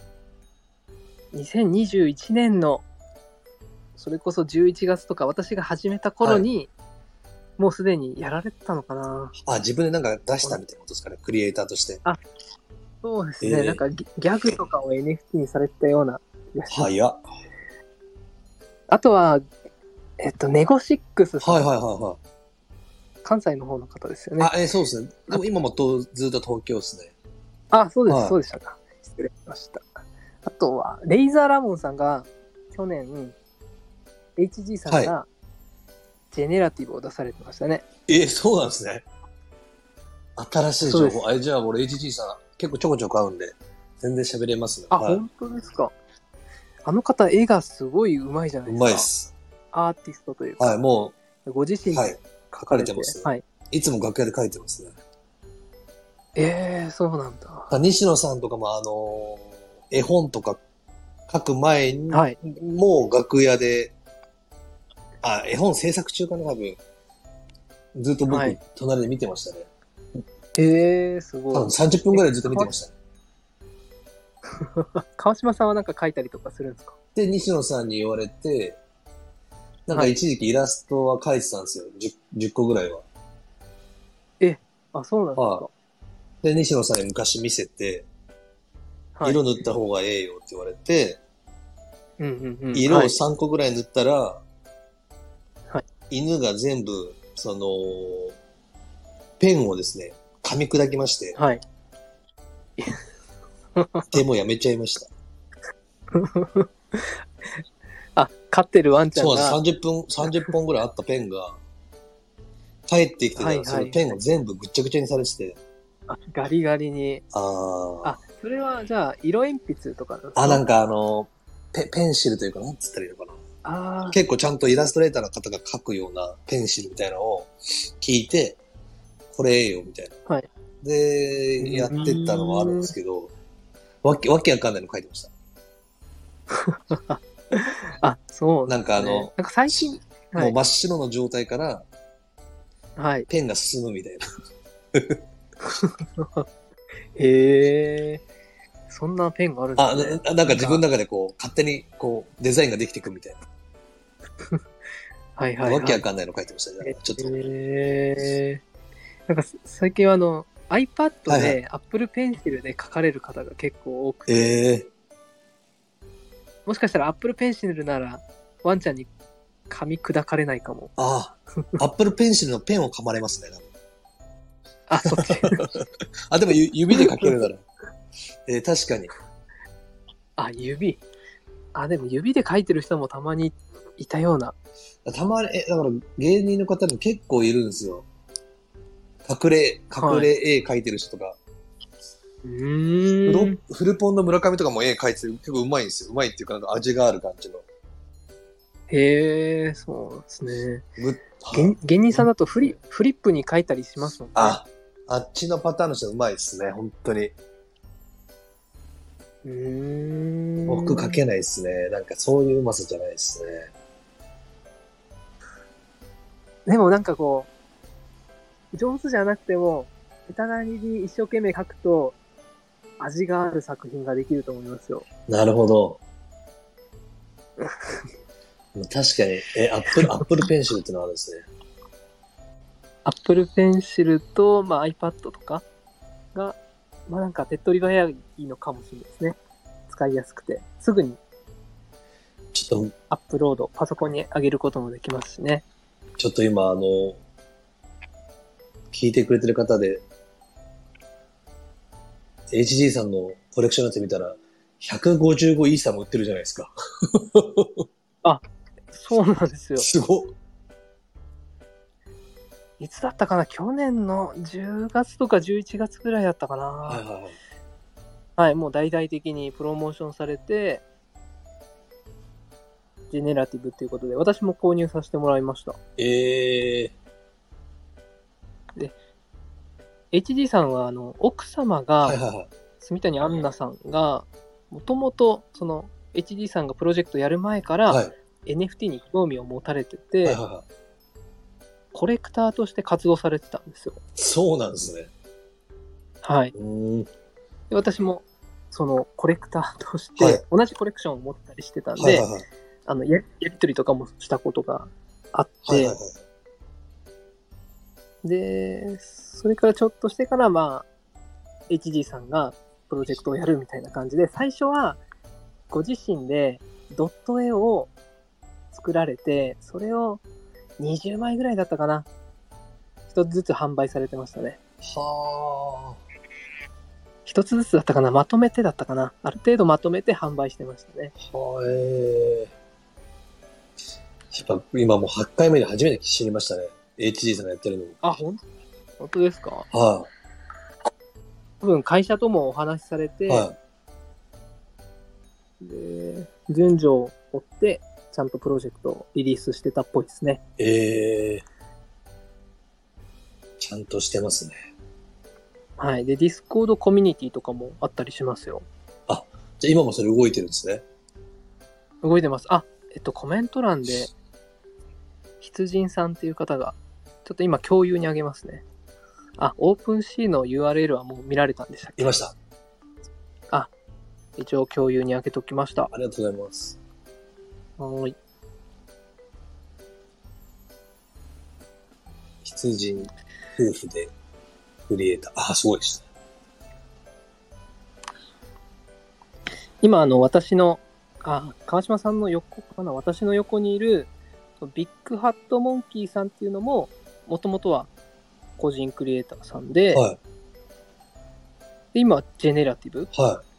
2021年のそれこそ11月とか私が始めた頃に、もうすでにやられてたのかなあ、自分でなんか出したみたいなことですかね。クリエイターとして。そうですね、ええなんかギギャグとかを NFT にされてたような気がします早っ。あとはえっとネゴシックスさん、はいはいは関西の方の方ですよいねはい。あ、えーそうですね。でも今もとずっと東京ですね。あ、そうです、はいそうでしたか。失礼しました。あとは、レイザーラモンさんが、去年、HG さんが、ジェネラティブを出されてましたね。えーそうなんですね。新しいそう情です報。あ、じゃあ俺 HG さん結構ちょこちょこ会うんで、全然喋れますね。あ、はい、う本当ですか。あの方、絵がすごい上手いじゃないですか。まいっ。す。アーティストというか、はい、もご自身う、では描い。書かれてますね。はい。いつも楽屋で書いてますね。えー、そうなんだ。西野さんとかも、あのー絵本とか書く前に、はい。もう楽屋で、あ、絵本制作中かな、多分。ずっと僕、はい隣で見てましたね。えー、す多分ごい。 30分ぐらいずっと見てましたね。川島さんはなんか描いたりとかするんですかで、西野さんに言われて、なんかはい一時期イラストは描いてたんですよ。10, 10個ぐらいは。あ、そうなんですはで、西野さんに昔見せて、か。はい。色塗った方がええよって言われて、うんうんうん。色をはい3個ぐらい塗ったら、は犬が全部、その、ペンをですね、噛み砕きまして、はい。でもやめちゃい *laughs* ました。あ、飼ってるワンちゃんそうが。なんです。30分、30本ぐらいあったペンが、帰ってきてたはいはら、いそのペンを全部ぐっちゃぐちゃにされてて、あガリガリに。あーあ、それは、じゃあ、色鉛筆とかだあ、なんか。かあの、ペペンシルというか、なんつったらいいのかな。ああ、結構ちゃんとイラストレーターの方が書くようなペンシルみたいなのを聞いて、これええよみたいな。はいで、やってったのはあるんですけど、わけ、わけわかんないの書いてました。あ、そうなんかあの、なんか最近、はもうい真っ白の状態からはい。ペンが進むみ *laughs* たいな。へえ、そんなペンがあるんあ、ですね。ななんか自分の中でこう、勝手にこう、デザインができていくみたいはいな。はい、わけはわい。かんないの書いてましたね。ちょっと。へえ、なんか最近はあの、iPad はいはで Apple Pencil で書かれる方が結構多くて、ええもしかしたら Apple Pencil ならワンちゃんに噛み砕かれないかも。ああ、アップルペンシルのペンを噛まれますね。多分あ、そ *laughs* っち。あ、でもゆ指で書けるなら。えー確かに。あ、指。あ、でも指で書いてる人もたまにいたような。たまに、え、だから芸人の方も結構いるんですよ。隠れ、隠れ絵描いてる人とか、うフローん。フルポンの村上とかも絵描いてる、結構うまいんですよ。うまいっていうか、なんか味がある感じの。へえ、そうなんですね。むは芸芸人さんだとフリフリップに書いたりしますもんね。あ、あっちのパターンの人うまいですね、本当に。うーん。僕描けないですね。なんかそういううまさじゃないですね。でもなんかこう、上手じゃなくても、下手なりに一生懸命書くと、味がある作品ができると思いますよ。なる *laughs* ほど。確かに、え、アップル、アップルペンシルってのあるんですね。 Apple Pencil と、まあ、iPad とかが、まあなんか手っ取り早いのかもしれないですね。使いやすくて。すぐにちょっとアップロード、パソコンに上げることもできますしね。ちょっと今、あの、聞いてくれてる方で、HG さんのコレクションやつ見たら、155イーサも売ってるじゃないですか。そうなんですよ。すごっいつだったかな去年の10月とか11月ぐらいだったかな。はいはいはい。はい、もう大々的にプロモーションされて、ジェネラティブっていうことで、私も購入させてもらいました。ええ HG さんは、あの、奥様はいが、はいはい。住谷アンナさんが、もともと、その、HG さんがプロジェクトやる前かはら、い NFT に興味を持たれてはいはいて、はい。コレクターとして活動されてたんですよ。そうなんですね。はい。うーん。で私も、その、コレクターとしはてい、同じコレクションを持ってたりしてたんはいではい、はい。あの、ややりとりとかもしたことがあって、はいはいはい。で、それからちょっとしてから、まあ、HG さんがプロジェクトをやるみたいな感じで、最初はご自身でドット絵を作られて、それを20枚ぐらいだったかな。一つずつ販売されてましたね。は一つずつだったかなまとめてだったかなある程度まとめて販売してましたね。あ。はえやっぱ今もう8回目で初めて知りましたね。HG さんがやってるのも。あ、ほん本当ですかは多分会社ともお話しされて、い。はで順序を追って、ちゃんとプロジェクトをリリースしてたっぽいですね。い。ええちゃんとしてますね。はい。で、ディスコードコミュニティとかもあったりしますよ。じゃあ今もそれ動いてるんですね。動いてます。あ、えっと、コメント欄で、羊人さんっていう方が、ちょっと今共有にあげますね。あ、オープン C の URL はもう見られたんでしたっいけました。一応共有にあげときました。ありがとうございます。はーい。羊人夫婦でクリエイター。あ、すごいですね。今、あの、私の、あ、川島さんの横かな、私の横にいる、ビッグハットモンキーさんっていうのも、もともとは個人クリエイターさんで、はで今、ジェネラティブい。はい。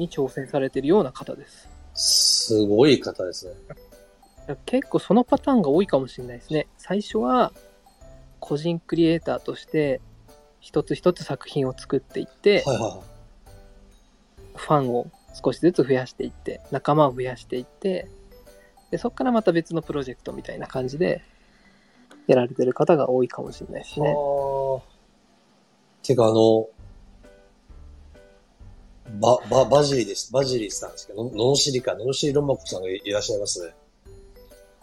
に挑戦されてるような方です。すごい方ですね。結構そのパターンが多いかもしれないですね。最初は個人クリエイターとして一つ一つ作品を作っていって、はいはファンを少しずつ増やしていって、仲間を増やしていって、でそこからまた別のプロジェクトみたいな感じで、やられてる方が多いかもしれないですね。はあ。てか、あの、ば、ば、バジリです。バジリさんですけど、ののしりか、ののしりロマコさんがいいらっしゃいますね。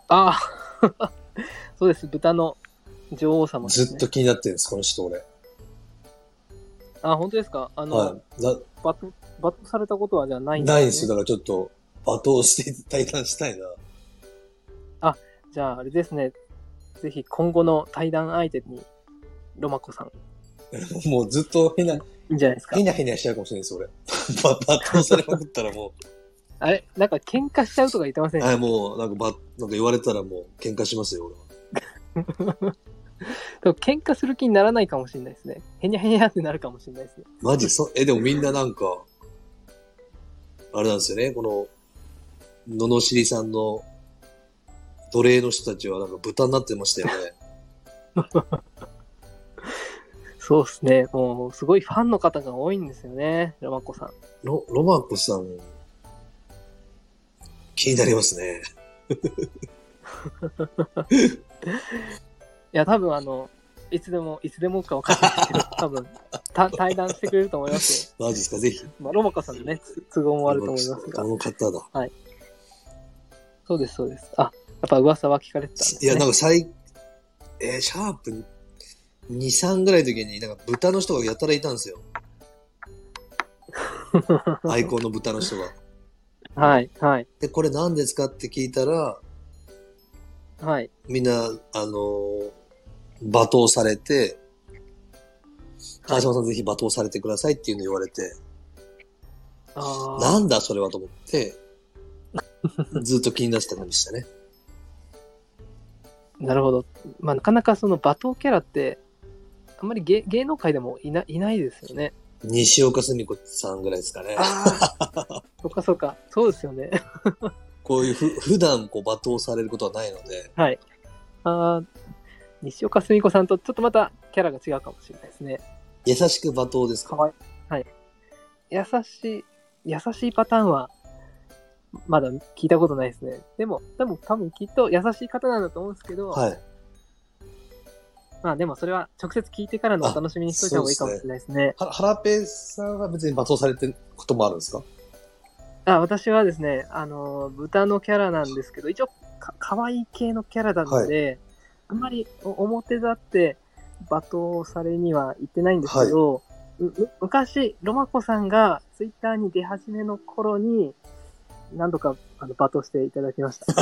ああ *laughs* そうです、豚の女王様です、ずね。っと気になってるんです、この人俺。あ、本当ですかあの、はい。な、バト、バトされたことはじゃあないんないんですよ。ね。だからちょっと、罵倒して、対談したいな。じゃあ、あれですね。ぜひ今後の対談相手に、ロマコさん、もうずっとへな、いいんじゃないですかへ。なへなしちゃうかもしれないです、俺。 *laughs* ば罵倒されまくったらもあれなんか喧嘩しちゃうとか言ってませ *laughs* う、ん、はい、もう、なんかば、なんか言われたらもう、喧嘩しますよ、俺は。でも喧嘩する気にならないかもしれないですね。へにゃへにゃってなるかもしれないですね。マジそ、え、でもみんななんか、あれなんですよね、この、ののしりさんの奴隷の人たちはなんか豚になってましたよ *laughs* ね。そうですね。もう、すごいファンの方が多いんですよね。ロマコさん。ロ、ロマンコさん、気になりますね。いや、多分あの、いつでも、いつでもか分かんない *laughs* ですけど、多分た対談してくれると思いますよ。マジですか、ぜひ。まあ、ロマコさんの *laughs* ね、つ都合もあると思いますあが。の方だ。そうです、そうです。あ、やっぱ噂は聞かれてたんです、いね。や、なんか最、えーシャープ2、3ぐらいの時に、なんか豚の人がやたらいたんですよ。アイコンの豚の人が。 *laughs* はい、はい、で、これ何ですかって聞いたら、はい。みんな、あのー罵倒されて、川島さんぜひ罵倒されてくださいっていうの言われて、ああ。なんだそれはと思って、ずっと気になってた感じでしたね。なるほど。まあ、なかなかその罵倒キャラって、あんまり芸芸能界でもいないないですよね。西岡すみ子さんぐらいですかね。ああ。そっかそっか。そうですよね。 *laughs* こういうふ、普段こう罵倒されることはないので、はい。ああ。西岡澄子さんとちょっとまたキャラが違うかもしれないですね。優しく罵倒ですかわいはい。優しい、優しいパターンは、まだ聞いたことないですね。でも、でも多分きっと優しい方なんだと思うんですけど、はい。まあでもそれは直接聞いてからのお楽しみにしといた方がいいかもしれないですね。は原ペさんは別に罵倒されてることもあるんですかあ私はですね、あのー、豚のキャラなんですけど、一応か、可愛い系のキャラなので、あんまりお表立って罵倒されには行ってないんですけど、うう昔、ロマコさんがツイッターに出始めの頃に、何度かあの罵倒していただきま *laughs* した。ち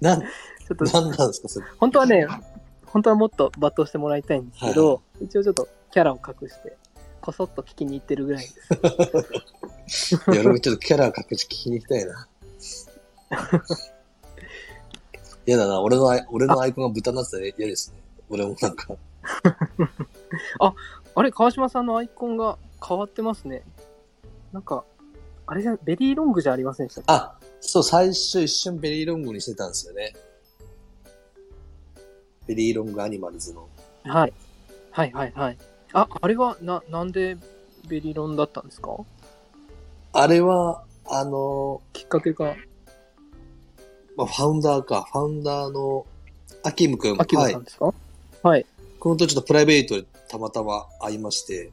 *laughs* なん、ょっと、なんなんですかそれ。本当はね、本当はもっと罵倒してもらいたいんですけど、一応ちょっとキャラを隠して、こそっと聞きに行ってるぐらいです。いや、俺もちょっとキャラ隠し聞きに行きたいな。 *laughs* 嫌だな、俺のアイ、俺のアイコンが豚になってたら嫌ですね。俺もなんか、あれ、川島さんのアイコンが変わってますね。なんか、あれじゃ、ベリーロングじゃありませんでしたっけあ、そう、最初一瞬ベリーロングにしてたんですよね。ベリーロングアニマルズの。はい。はいはいはい。あ、あれは、な、なんでベリーロンだったんですかあれは、あの、きっかけが、まあ、ファウンダーか、ファウンダーの、アキムくん、アキラはさいん。ですか、はい。この時ちょっとプライベートでたまたま会いまして、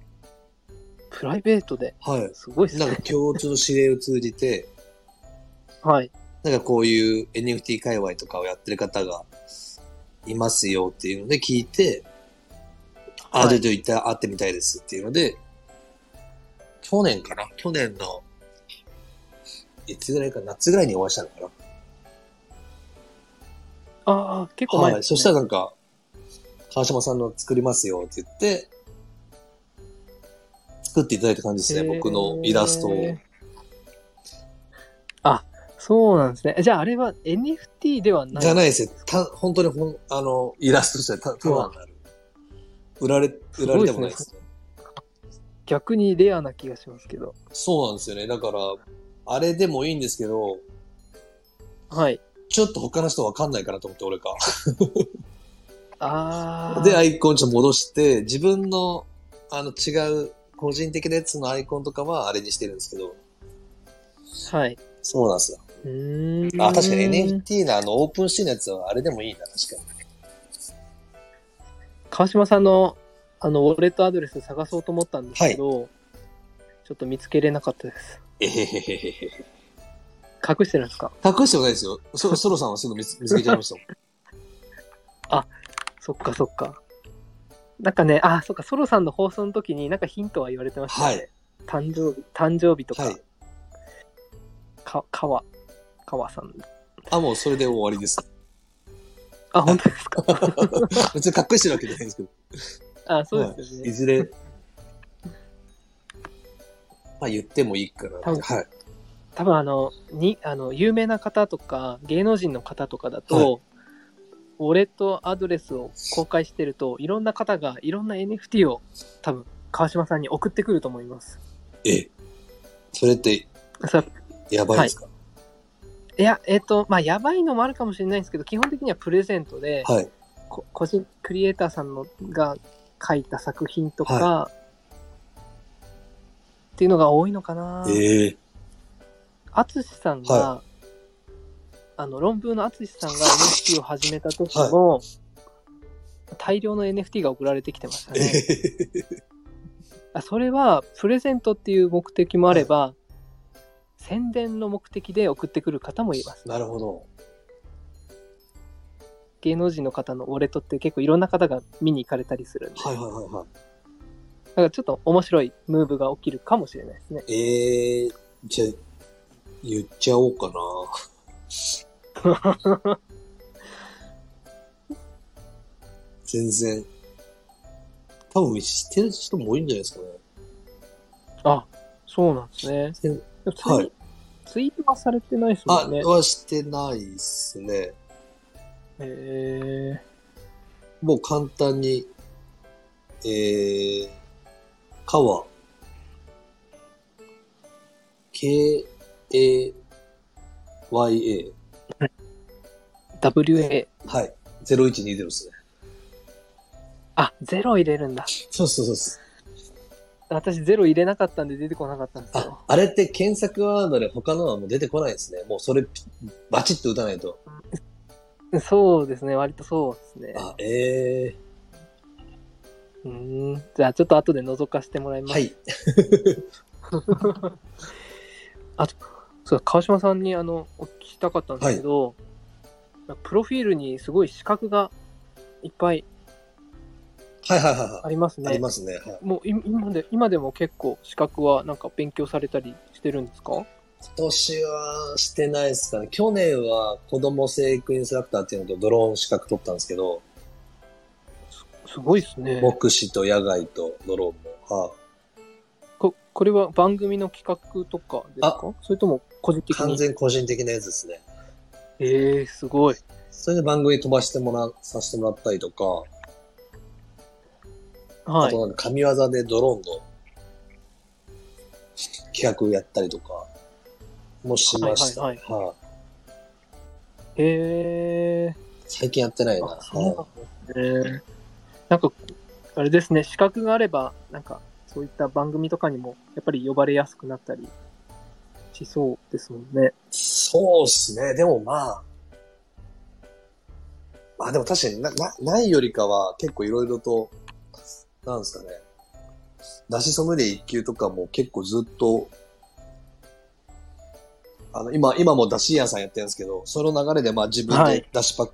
プライベートで、はい。すごいですなんねか。共通の指令を通じて、 *laughs* はい。なんかこういう NFT 界隈とかをやってる方がいますよっていうので聞いて、あ、はじゃいあ一旦会ってみたいですっていうので、去年かな去年の、いつぐらいか、夏ぐらいにお会いしたのかな、ああ、結構前です、ねはい。そしたらなんか、川島さんの作りますよって言って、作っていただいた感じですね、へー僕のイラストを。そうなんですね。じゃあ、あれは NFT ではない。じゃないですよ。た、本当にほん、あの、イラストとしてた、ただになる。売られ、売られてもないですね。逆にレアな気がしますけど。そうなんですよね。だから、あれでもいいんですけど、はい。ちょっと他の人わかんないかなと思って、俺か。ああ。で、アイコンちょっと戻して、自分の、あの、違う、個人的なやつのアイコンとかはあれにしてるんですけど、はい。そうなんですよ。うーん。あ、確かに NFT のあの、オープンシーンのやつはあれでもいいな、確かに。川島さんのあのウォレットアドレス探そうと思ったんですけど、ちょっと見つけれなかったです。えへへへへへ。隠してるんですか隠してもないですよ。そ、ソロさんはすぐ見つ見つけちゃいましたもん。そっかそっか。なんかね、あ、そっか、ソロさんの放送の時になんかヒントは言われてましたはね。い。誕生日、誕生日とか、 *laughs* はい。か、かわ、かわさん。あ、もうそれで終わりです。あ、本当ですか *laughs* 別に隠してるわけじゃないんですけど。あ、そうですよいね。ずれ、まあ言ってもいいかな。多分はい。多分あの、に、あの、有名な方とか、芸能人の方とかだと、ウォレットアドレスを公開してると、いろんな方がいろんな NFT を多分、川島さんに送ってくると思います。え、それってそれやばいですかいや、えっ、と、まあ、やばいのもあるかもしれないんですけど、基本的にはプレゼントで、はい。こ個人クリエイターさんのが書いた作品とか、っていうのが多いのかな。ええ淳さんが、はあの論文の淳さんが NFT を始めた時も、大量の NFT が送られてきてましたえ *laughs* ね。へへへあそれはプレゼントっていう目的もあれば、宣伝の目的で送ってくる方もいます。なるほど。芸能人の方のウォレットって結構いろんな方が見に行かれたりするんで、はいはいはいはい。だからちょっと面白いムーブが起きるかもしれないですね。ええじゃあ、言っちゃお *laughs* うかな。全然。多分知ってる人も多いんじゃないですかね。あ、そうなんですね。全でもツイ,、はいツイートはされてないですもあ、んね。はしてないっすね。へもう簡単に、えー、川、K, A, Y, A。え WA。はい。0120ですね。あ、ゼロ入れるんだ。そうそうそうそう。私ゼロ入れなかったんで出てこなかったんですあよ。、あれって検索ワードで他のはもう出てこないですね。もうそれ、バチッと打たないと。そうですね、割とそうですね。あ、えうーん。じゃあちょっと後で覗かせてもらいー、ます。はい。あと、そうだ、川島さんにあの、お聞きしたかったんですけど、プロフィールにすごい資格がいっぱいはいはいはいあはい。りますありね。ますね。はいもうい今で今でも結構資格はなんか勉強されたりしてるんですか今年はしてないですかね。去年は子供生育インストラクターっていうのとドローン資格取ったんですけど、すごいですね。牧師と野外とドローンも、はここれは番組の企画とかですかそれとも個人い、的完に全個人的なやつですね。えー、すごい。それで番組飛ばしてもら、させてもらったりとか、あはいと。なんか神業でドローンの企画やったりとかもしました。はいはいへえ最近やってないー。な。あそうなんですね。なんか、あれですね、資格があれば、なんか、そういった番組とかにも、やっぱり呼ばれやすくなったりしそうですもんね。そうっすね。でもまあ。まあでも確かにな、な、ないよりかは結構いろいろと、なんですかね。だしソムリエ一級とかも結構ずっと、あの、今、今もだし屋さんやってるんですけど、その流れでまあ自分はでいだしパック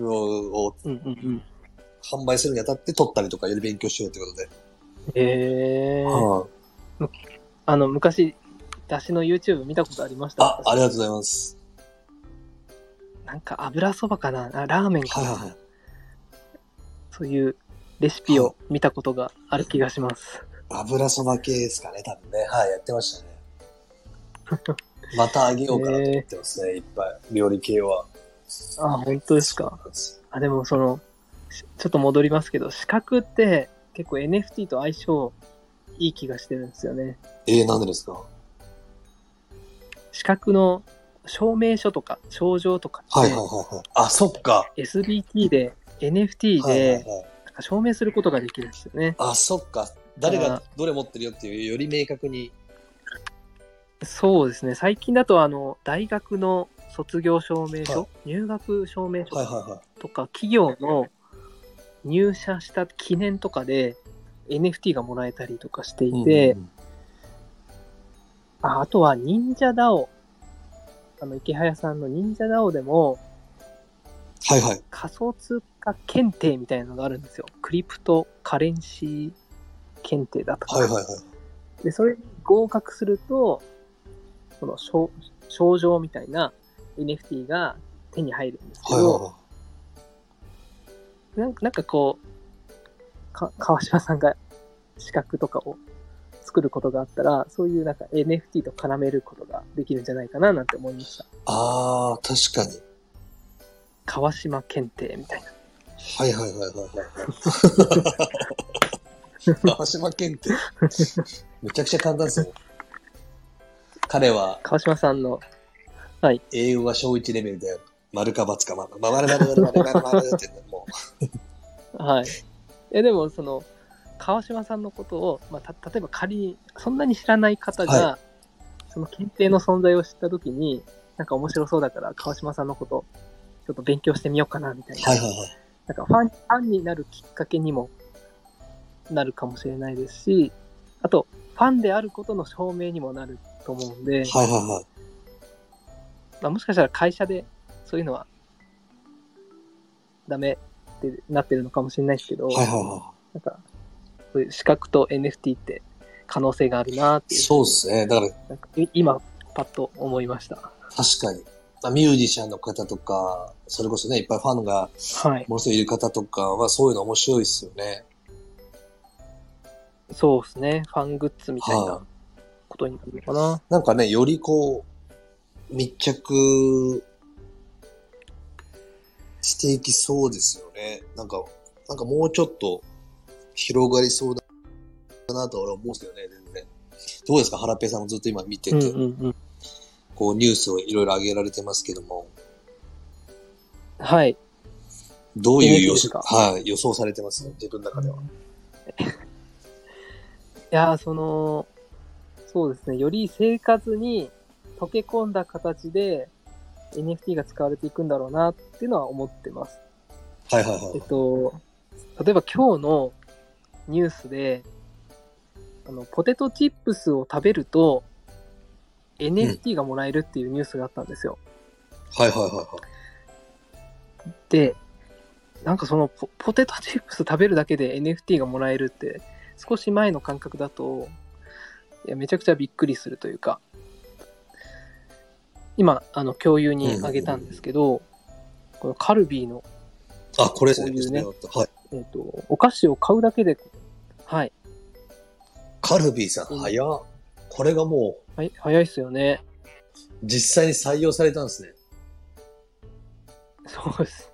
ををうんうんうん。販売するにあたって取ったりとかより勉強しようってことで。へえー。はいあの、昔、出汁の YouTube 見たことありました。あ、ありがとうございます。なんか油そばかなあラーメンかはいな、はいはい。そういうレシピを見たことがある気がします。油そば系ですかね、多分ね。はい、やってましたね。またあげようかなと思ってますね、いっぱい。料理系は。 *laughs* あ、本当ですか。そあ、でもその、しちょっと戻りますけど、資格って結構 NFT と相性いい気がしてるんですよね。うなんです。えー、なんでですか資格の証明書とか症状とかって、はいはいはいはい。あ、そっか。 SBT で NFT はいはいではい。なんか証明することができるんですよね。あ、そっか。誰じゃがあどれ持ってるよっていうより明確に。そうですね、最近だとあの大学の卒業証明書、は入学証明はい書はいはい。とか、企業の入社した記念とかで NFT がもらえたりとかしていて、うんうんああとは忍者ダオ、あの池早さんの忍者ダオでもはいはい。仮想通貨検定みたいなのがあるんですよ。クリプトカレンシー検定だとかな。はいはいはい。で、それに合格すると、その賞、賞状みたいな NFT が手に入るんですけはいはいど、はなんなんかこう、か、川島さんが資格とかを作ることがあったら、そういうなんか NFT と絡めることができるんじゃないかななんて思いました。い。ああ、確かに。川島検定みたいな。はいはいはいはいはい。川 *laughs* 島健って、めちゃくちゃ簡単ですよ。彼は、川島さんの、英語は小1レベルだよ。丸か×か、ま、ま、丸丸丸丸丸丸って、もう。はい。え、でもその、川島さんのことを、まあ、た例えば仮に、そんなに知らない方が、はその検定の存在を知ったときに、なんか面白そうだから、川島さんのこと、ちょっと勉強してみようかな、みたいな。はいはいはい。なんかファン、ファンになるきっかけにもなるかもしれないですし、あと、ファンであることの証明にもなると思うんで、はいはいはい。まあ、もしかしたら会社でそういうのはダメってなってるのかもしれないですけど、はいはいはなんか、そういう資格と NFT って可能性があるなってい。いう、そうですね。だから、なんかい今、パッと思いました。確かに。まあミュージシャンの方とか、それこそね、いっぱいファンがはい。ものすごいいる方とかは、そういうの面白いですよね。そうですね。ファングッズみたいはなことになるのかな。なんかね、よりこう、密着していきそうですよね。なんか、なんかもうちょっと広がりそうだなとは俺は思うんですけどね、全然。どうですか、ハラペイさんもずっと今見てて、うんうんうん。こうニュースをいろいろ上げられてますけども、はい。どういう予 NFT です想、かはい、予想されてます自分の中では。いやー、その、そうですね、より生活に溶け込んだ形で NFT が使われていくんだろうなっていうのは思ってます。はいはいはえいっ。と、例えば今日のニュースで、あの、ポテトチップスを食べると NFT がもらえるっていうニュースがあったんですよ。はいはいはいはい。で、なんかそのポポテトチップス食べるだけで NFT がもらえるって、少し前の感覚だと、いやめちゃくちゃびっくりするというか、今、あの、共有にあげたんですけど、このカルビーの、あ、これですそね。ういうねはい。えっ、と、お菓子を買うだけで、はい、カルビーさん、うん早っ。これがもう、はい、早いっすよね。実際に採用されたんですね。そうです。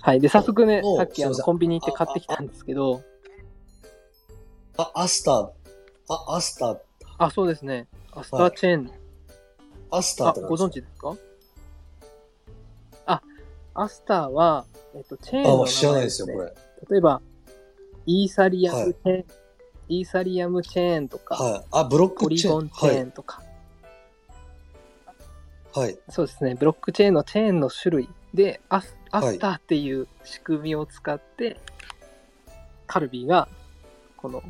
はい。で、早速ねお、さっきあのすいませんコンビニ行って買ってきたんですけど、あ、アスター、あ、アスター、あ、そうですね。アスターチェーンアスターあ、ってなんごで存すか知ですかあ、アスターは、えっと、チェーンの名あ、前知らないですよ、これ。ねはい。例えば、イーサリアムチェーン、イーサリアムチェーンとか、あ、ブロッポクリチェゴーンン。チェーンとか、はい。はい。そうですね、ブロックチェーンのチェーンの種類で、アスアはいスターっていう仕組みを使って、カルビーが、この、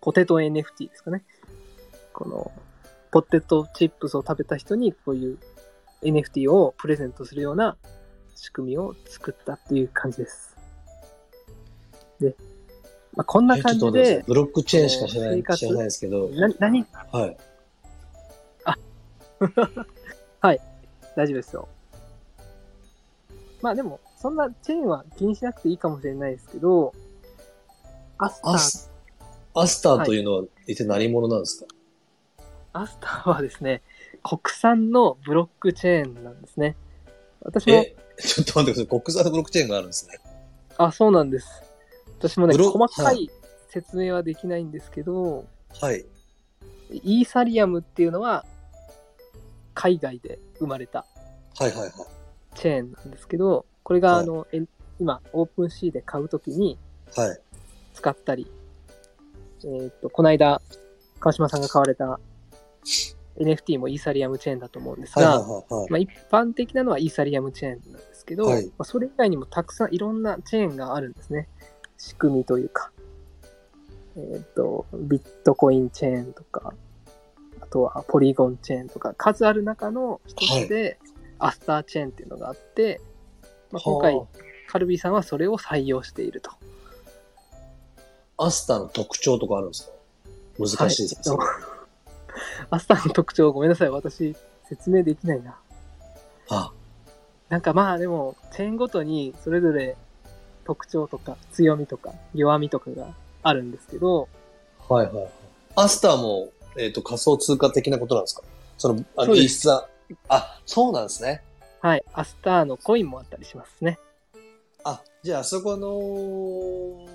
ポテト NFT ですかね。この、ポテトチップスを食べた人に、こういう NFT をプレゼントするような仕組みを作ったっていう感じです。で、まあ、こんなえちょ感っとじ待ってくださいで、ブロックチェーンしか知らな生い、活知らないですけど。な何、はい。大丈夫ですよ。まあでも、そんなチェーンは気にしなくていいかもしれないですけど、アスタアー、ス、アスターというのは一体何者なんですかアスターはですね、国産のブロックチェーンなんですね。私も、え、ちょっと待ってください。国産のブロックチェーンがあるんですね。あ、そうなんです。私もね、ブロ細かい説明はできないんですけど、はい。イーサリアムっていうのは、海外で生まれたはいはいはい。チェーンなんですけど、これがはいあの、え今、オープンシーで買うときにはい。使ったりえーっと、この間、川島さんが買われた NFT もイーサリアムチェーンだと思うんですはいが、はいはいはい。まあ、一般的なのはイーサリアムチェーンなんですけど、はいまあ、それ以外にもたくさんいろんなチェーンがあるんですね。仕組みというか。えーっ、と、ビットコインチェーンとか、あとはポリゴンチェーンとか、数ある中の一つで、アスターチェーンっていうのがあって、まあ、今回は、カルビーさんはそれを採用していると。あアスタの特徴とかあるんですか難しいですね。はい *laughs* アスターの特徴、ごめんなさい。私、説明できないな。あ、なんかまあでも、チェーンごとにそれぞれ特徴とか強みとか弱みとかがあるんですけど、はいはいはい。アスターも、えっ、と、仮想通貨的なことなんですかその、あその、うですイーサ、あ、そうなんですね。はい、アスターのコインもあったりしますね。あ、じゃあ、あそこの、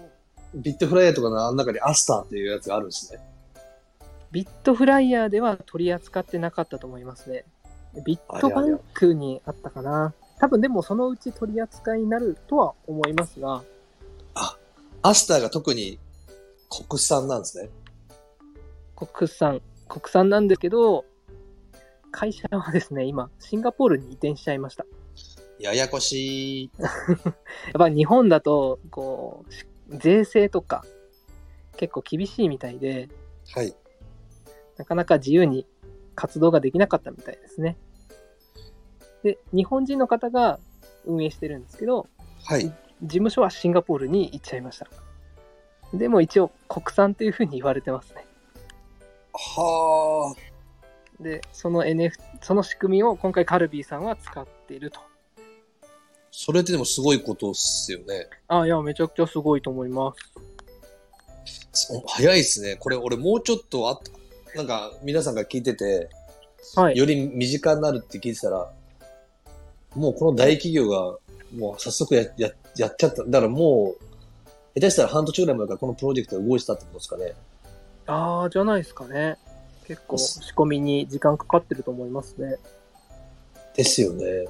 ビットフライヤーとかのあの中にアスターっていうやつがあるんですね。ビットフライヤーでは取り扱ってなかったと思いますね。ビットバンクにあったかな。多分でもそのうち取り扱いになるとは思いますが、アスターが特に国産なんですね。国産、国産なんですけど、会社はですね、今、シンガポールに移転しちゃいました。ややこしい。やっぱ日本だとこうし税制とか結構厳しいみたいではい。なかなか自由に活動ができなかったみたいですね。で日本人の方が運営してるんですけどはい。事務所はシンガポールに行っちゃいました。でも一応国産というふうに言われてますね。はでその NF その仕組みを今回カルビーさんは使っていると。あ。それってでもすごいことっすよね。あいやめちゃくちゃすごいと思います。そ早いですね。これ、俺もうちょっとあっ、なんか、皆さんが聞いてて、はい。より身近になるって聞いてたら、もうこの大企業が、もう早速やややっちゃった。だからもう、下手したら半年ぐらい前からこのプロジェクトが動いてたってことですかね。ああじゃないですかね。結構仕込みに時間かかってると思いますね。ですよね。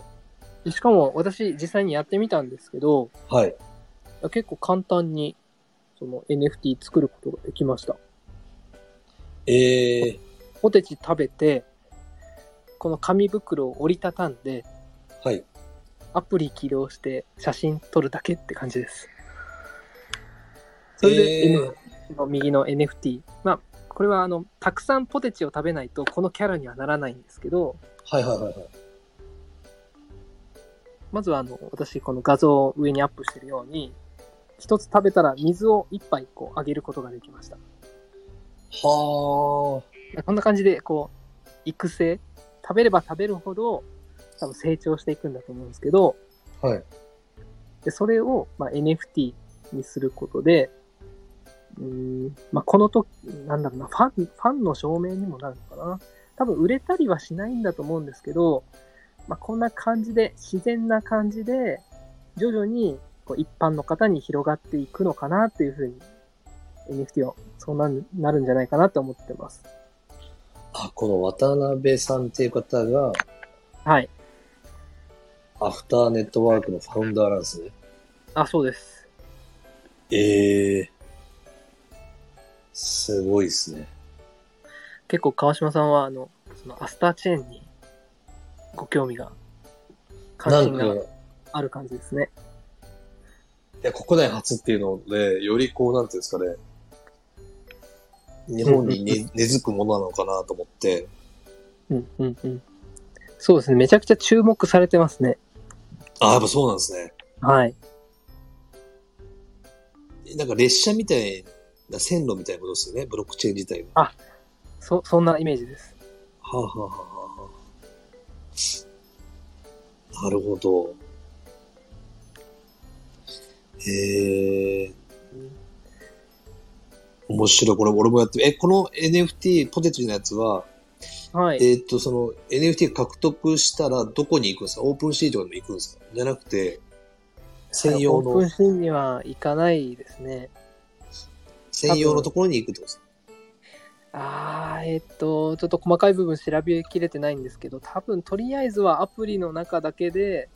しかも私実際にやってみたんですけど、はい。結構簡単にその NFT 作ることができました。ええポテチ食べて、この紙袋を折りたたんで、はい。アプリ起動して写真撮るだけって感じです。それで、え N- の右の NFT。まあ、これはあの、たくさんポテチを食べないとこのキャラにはならないんですけど、はいはいはいはい。まずはあの、私この画像を上にアップしてるように、一つ食べたら水を一杯こうあげることができました。はこんな感じで、こう、育成、食べれば食べるほど、多分成長していくんだと思うんですけど、あ。はい。でそれを、まあ、NFT にすることで、うーん、まあ、この時、なんだろうな、ファン、ファンの証明にもなるのかな。多分、売れたりはしないんだと思うんですけど、まあ、こんな感じで、自然な感じで、徐々にこう一般の方に広がっていくのかなっていうふうに、NFT はそうなるなるんじゃないかなと思ってます。あ、この渡辺さんっていう方が、はい。アフターネットワークのファウンダーなんですね。あ、そうです。ええすごいですね。結構川島さんはあのそのアスターチェーンにご興味が関なん心か、がいある感じですね。や、国内初っていうので、よりこう、なんていうんですかね、日本に根根付くものなのかなと思って、うんうんうん。そうですね。めちゃくちゃ注目されてますね。あ、やっぱそうなんですね。はい。なんか列車みたいな線路みたいなことですよね、ブロックチェーン自体が。そそんなイメージです。はあ、はあはあはあ、なるほど。へえ。面白い。これ、俺もやってみえ、この NFT、ポテチのやつは、はい。えーっと、その NFT 獲得したらどこに行くんですかオープンシートにも行くんですかじゃなくて、専用オープンの、シーンには行かないですね。専用のところに行くってことですかあー、えっと、ちょっと細かい部分調べきれてないんですけど、多分とりあえずはアプリの中だけで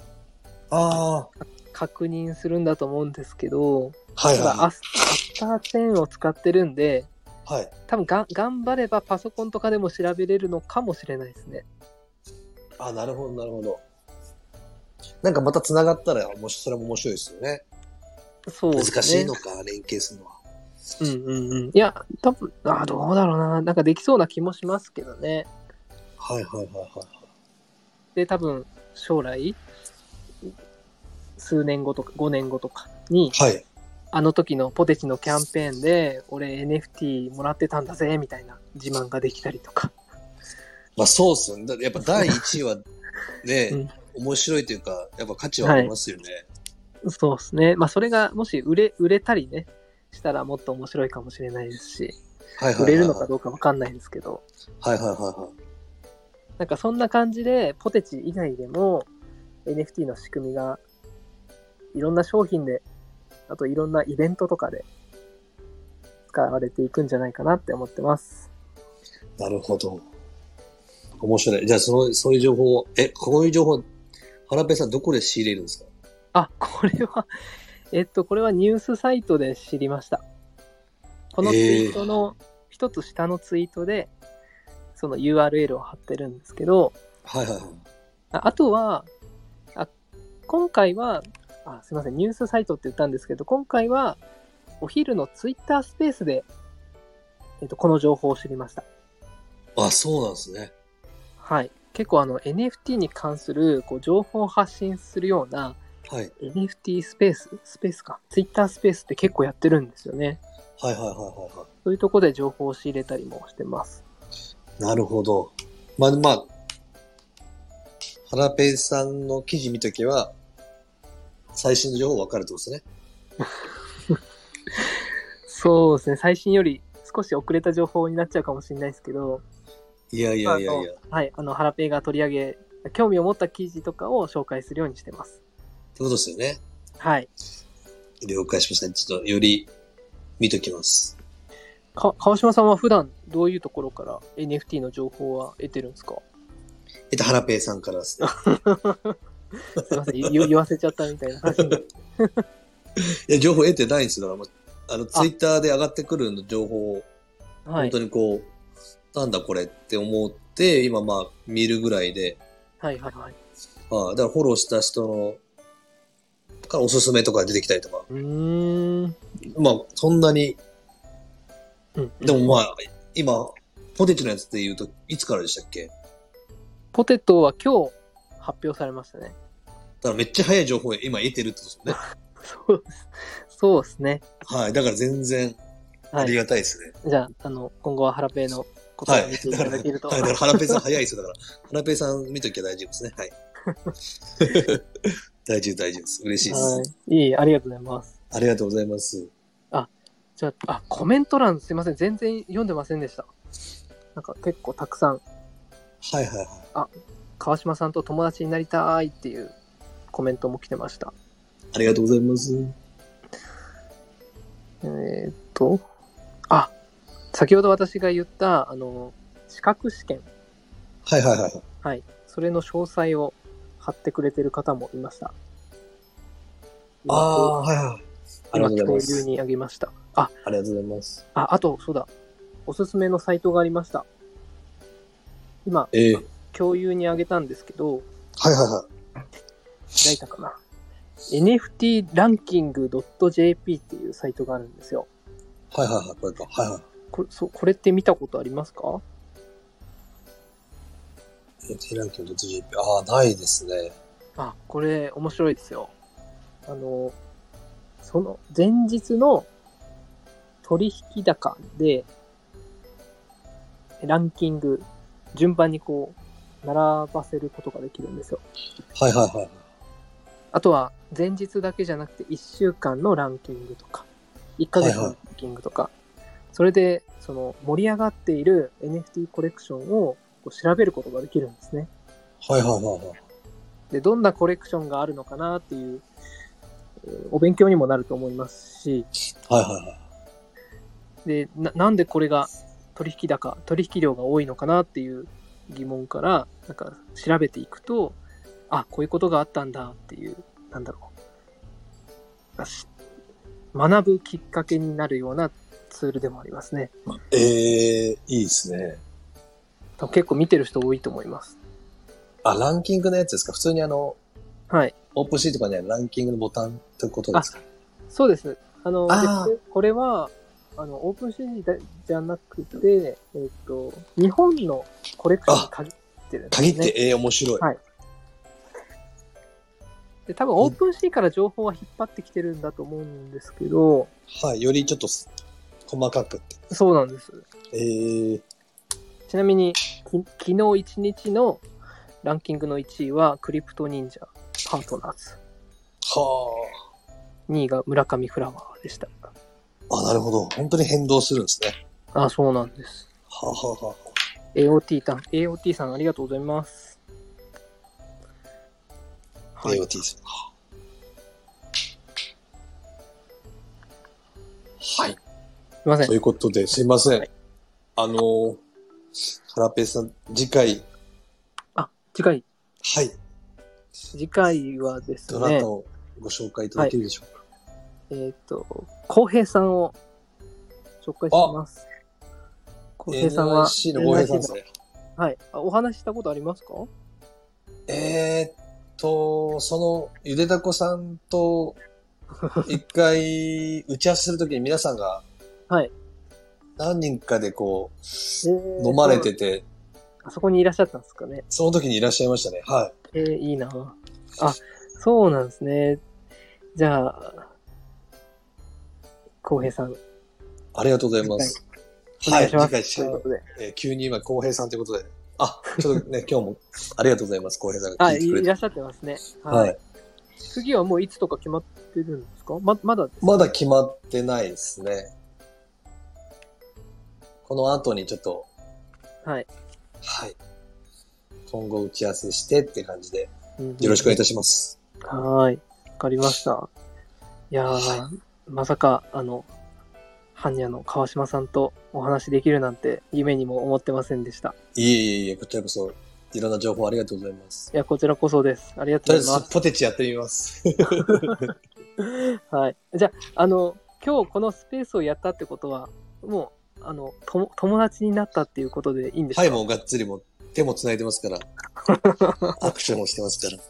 あ確認するんだと思うんですけど、あ、はいただアはスアスターチェーンを使ってるんで、い。はい。多分が頑張ればパソコンとかでも調べれるのかもしれないですね。あ、なるほど、なるほど。なんかまた繋がったら、もし、それも面白いですよね。そうで難すね。しいのか、連携するのは。うんうんうん。いや、多分、あどうだろうな。なんかできそうな気もしますけどね。はいはいはいはい。で、多分、将来、数年後とか5年後とかに、はい。あの時のポテチのキャンペーンで、俺 NFT もらってたんだぜ、みたいな自慢ができたりとか。まあそうっすよね。だってやっぱ第1位はね、うん面白いというか、やっぱ価値はありますよね。そうですね。まあ、それがもし売れ、売れたりね、したらもっと面白いかもしれないですし、はいはいはいはい。売れるのかどうかわかんないですけど、はいはいはいはい。なんかそんな感じで、ポテチ以外でも NFT の仕組みがいろんな商品で、あといろんなイベントとかで使われていくんじゃないかなって思ってます。なるほど。面白い。じゃあ、その、そういう情報を、え、こういう情報、原ペさんどこで仕入れるんですかあ、これは、えっと、これはニュースサイトで知りました。このツイートの一つ下のツイートで、その URL を貼ってるんですけど、はいはいはい。ああとはあ、今回は、あすいません、ニュースサイトって言ったんですけど、今回はお昼のツイッタースペースで、えっとこの情報を知りました。あ、そうなんですね。はい、結構あの NFT に関するこう情報を発信するようなはい。 NFT スペース、スペースか、ツイッタースペースって結構やってるんですよね。はいはいはいはいはそういうとこで情報を仕入れたりもしてます。い。なるほど。まあ、まあ、原ペさんの記事見ときは、最新の情報わかるってことですね。そうですね、最新より少し遅れた情報になっちゃうかもしれないですけど、いやいやいやいや。あのはい、あの、ハラペイが取り上げ、興味を持った記事とかを紹介するようにしてます。ってことですよね。はい。了解しました。ちょっとより見ときます。か川島さんは普段どういうところから NFT の情報は得てるんですかえっと、原ペさんからです *laughs* ね。すいません、 *laughs* 言言わせちゃったみたいな話に。いや、情報得てないんですよ。だからもう、あの、ツイッターで上がってくるの情報を、は本い当。にこう、なんだこれって思って、今まあ見るぐらいで、はいはいはい。ああだからフォローした人の、からおすすめとか出てきたりとか、うーん。まあそんなに、うんでもまあ、今、ポテチのやつって言うと、いつからでしたっけだポテトは今日発表されましたね。からめっちゃ早い情報を今得てるってこと *laughs* そですうです。そうですね。よね。はい。だから全然あはりい。がたいですね。じゃあ、あの、今後はハラペイのことはをい。見ていだかたら、はだい、けると。だから原ペさん早いですよ。だから、原ペさん見ときゃ大丈夫ですね。 *laughs* はい。大丈夫、大丈夫です。嬉しいです。はい。いい、ありがとうございます。ありがとうございます。じゃあ、あ、コメント欄すいません。全然読んでませんでした。なんか結構たくさん、はいはいはい。川島さんと友達になりたいっていうコメントも来てました。ありがとうございます。えーっと、あ、先ほど私が言った、あの、資格試験。はいはいはい。はい。それの詳細を貼ってくれてる方もいました。ああ、はいはい。あり今、がとうござ今い日流ます。にあげました。あ、ありがとうございます。あ、あと、そうだ。おすすめのサイトがありました。今、ええはい共有にあげたんですけど、はいは開いたかな。NFT ランキング .jp っていうサイトがあるんですよ。い。はいはいはい。これか。はいはこれそうこれって見たことありますかい。T ランキング .jp。ああ、ないですね。あ、これ面白いですよ。あの、その前日の取引高で、ランキング、順番にこう、並ばせることができるんですよ。はいはいはい。あとは、前日だけじゃなくて、1週間のランキングとか、1ヶ月のランキングとか、それで、その、盛り上がっている NFT コレクションをこう調べることができるんですね。はいはいはいはい。で、どんなコレクションがあるのかなっていう、えーお勉強にもなると思いますし、はいはいはい。で、ななんでこれが取引高、取引量が多いのかなっていう疑問から、なんか調べていくと、あ、こういうことがあったんだっていう、なんだろう。あし学ぶきっかけになるようなツールでもありますね。ええいいですね。多分結構見てる人多いと思います。あ、ランキングのやつですか普通にあの、はい。オープンシーとかにあるランキングのボタンということですかそうです。あの、あーでこれは、あの、オープンシーだじゃなくて、えっ、と、日本のコレクションに限ってるんですね限って、ええ面白い。はいで、多分オープンシーから情報は引っ張ってきてるんだと思うんですけど、はい。よりちょっとす細かくって。そうなんです。ええちなみに、き昨日一日のランキングの1位は、クリプト忍者パートナーズ。は2位が村上フラワーでした。あ。あ、なるほど。本当に変動するんですね。あ、そうなんです。はあ、はあは AOT さん、AOT さんありがとうございます。あ、はい。 AOT です。はい。すいませんとい。うことで、すいません。はいあのー、ハラペーさん、次回、次回、はい。次回はですどなねた、をご紹介いただけるでしょうか。えっ、と、浩平さんを紹介します。浩平さんは、 NIC の浩平さんですね。はい。あお話ししたことありますかえーっと、その、ゆでたこさん *laughs* と、一回、打ち合わせするときに皆さんが、はい。何人かでこえう、ー飲まれてて、あそこにいらっしゃったんですかね。その時にいらっしゃいましたね。はい。えーいいなあ、そうなんですね。じゃあ、浩平さん、ありがとうございます。おは願い、いしま次す。回、ということで。えー急に今、浩平さんということで。あ、ちょっとね、 *laughs* 今日も、ありがとうございます、浩平さんがあ、聞いいてくれいて。らっしゃってますね。はい。次はもういつとか決まってるんですかま、まだですかまだ決まってないですね。この後にちょっと、はい。はい。今後打ち合わせしてって感じで、うんよろしくお願いいたします。はーい。わかりました。いやー、はまさか、あの、ハンニャの川島さんとお話できるなんて夢にも思ってませんでした。いえいえいえ、こちらこそ、いろんな情報ありがとうございます。いや、こちらこそです。ありがととりうあえございまず、す。ポテチやってみます。はい。じゃあ、あの、今日このスペースをやったってことは、もう、あの、とも友達になったっていうことでいいんですかはい、もうがっつりも、手も繋いでます *laughs* から。アクションもしてますから。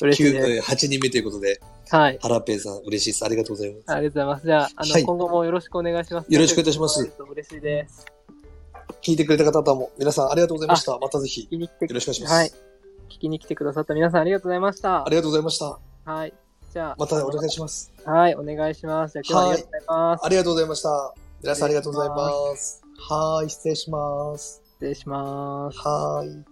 嬉しいです。 9 8人目ということで、はい。ハラペイさん、嬉しいです。ありがとうございます。ありがとうございます。じゃあ、あの、はい今後もよろしくお願いします。よろしくお願いいたします。嬉しいです。聞いてくれた方々も、皆さんありがとうございました。またぜひ、聞きに来てよろしくお願いします。はい。聞きに来てくださった皆さんありがとうございましたあ。りがとうございました。はい。じゃあ、またお願いします。はい、お願いします。じゃあ今日はありがとうございます。ありがとうございました。皆さんありがとうございます。はーい、失礼します。失礼します。はーい。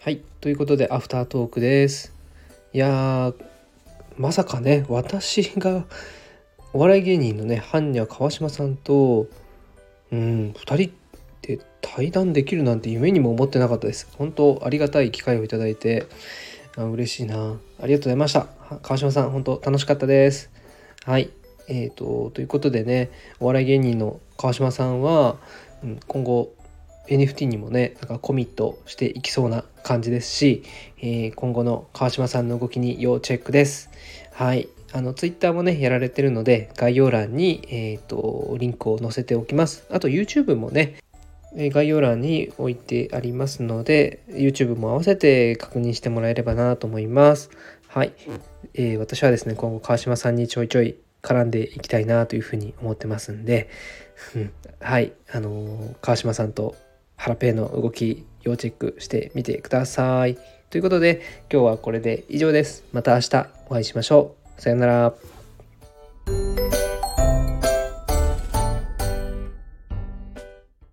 はい、ということでアフタートークです。いやーまさかね私がお笑い芸人のね般若川島さんとうん2人で対談できるなんて夢にも思ってなかったです。本当ありがたい機会をいただいてあ嬉しいなありがとうございました。は川島さん本当楽しかったです。はい、えー、とということでねお笑い芸人の川島さんは、うん、今後 NFT にもねなんかコミットしていきそうな感じですし、えー今後の川島さんの動きに要チェックです。はい。あの、ツイッターもね、やられてるので、概要欄に、えっ、と、リンクを載せておきます。あと、YouTube もね、えー概要欄に置いてありますので、YouTube も合わせて確認してもらえればなと思います。はい。えー私はですね、今後、川島さんにちょいちょい絡んでいきたいなというふうに思ってますんで、うんはい。あのー川島さんとハラペーの動き要チェックしてみてください。ということで今日はこれで以上です。また明日お会いしましょう。さようなら。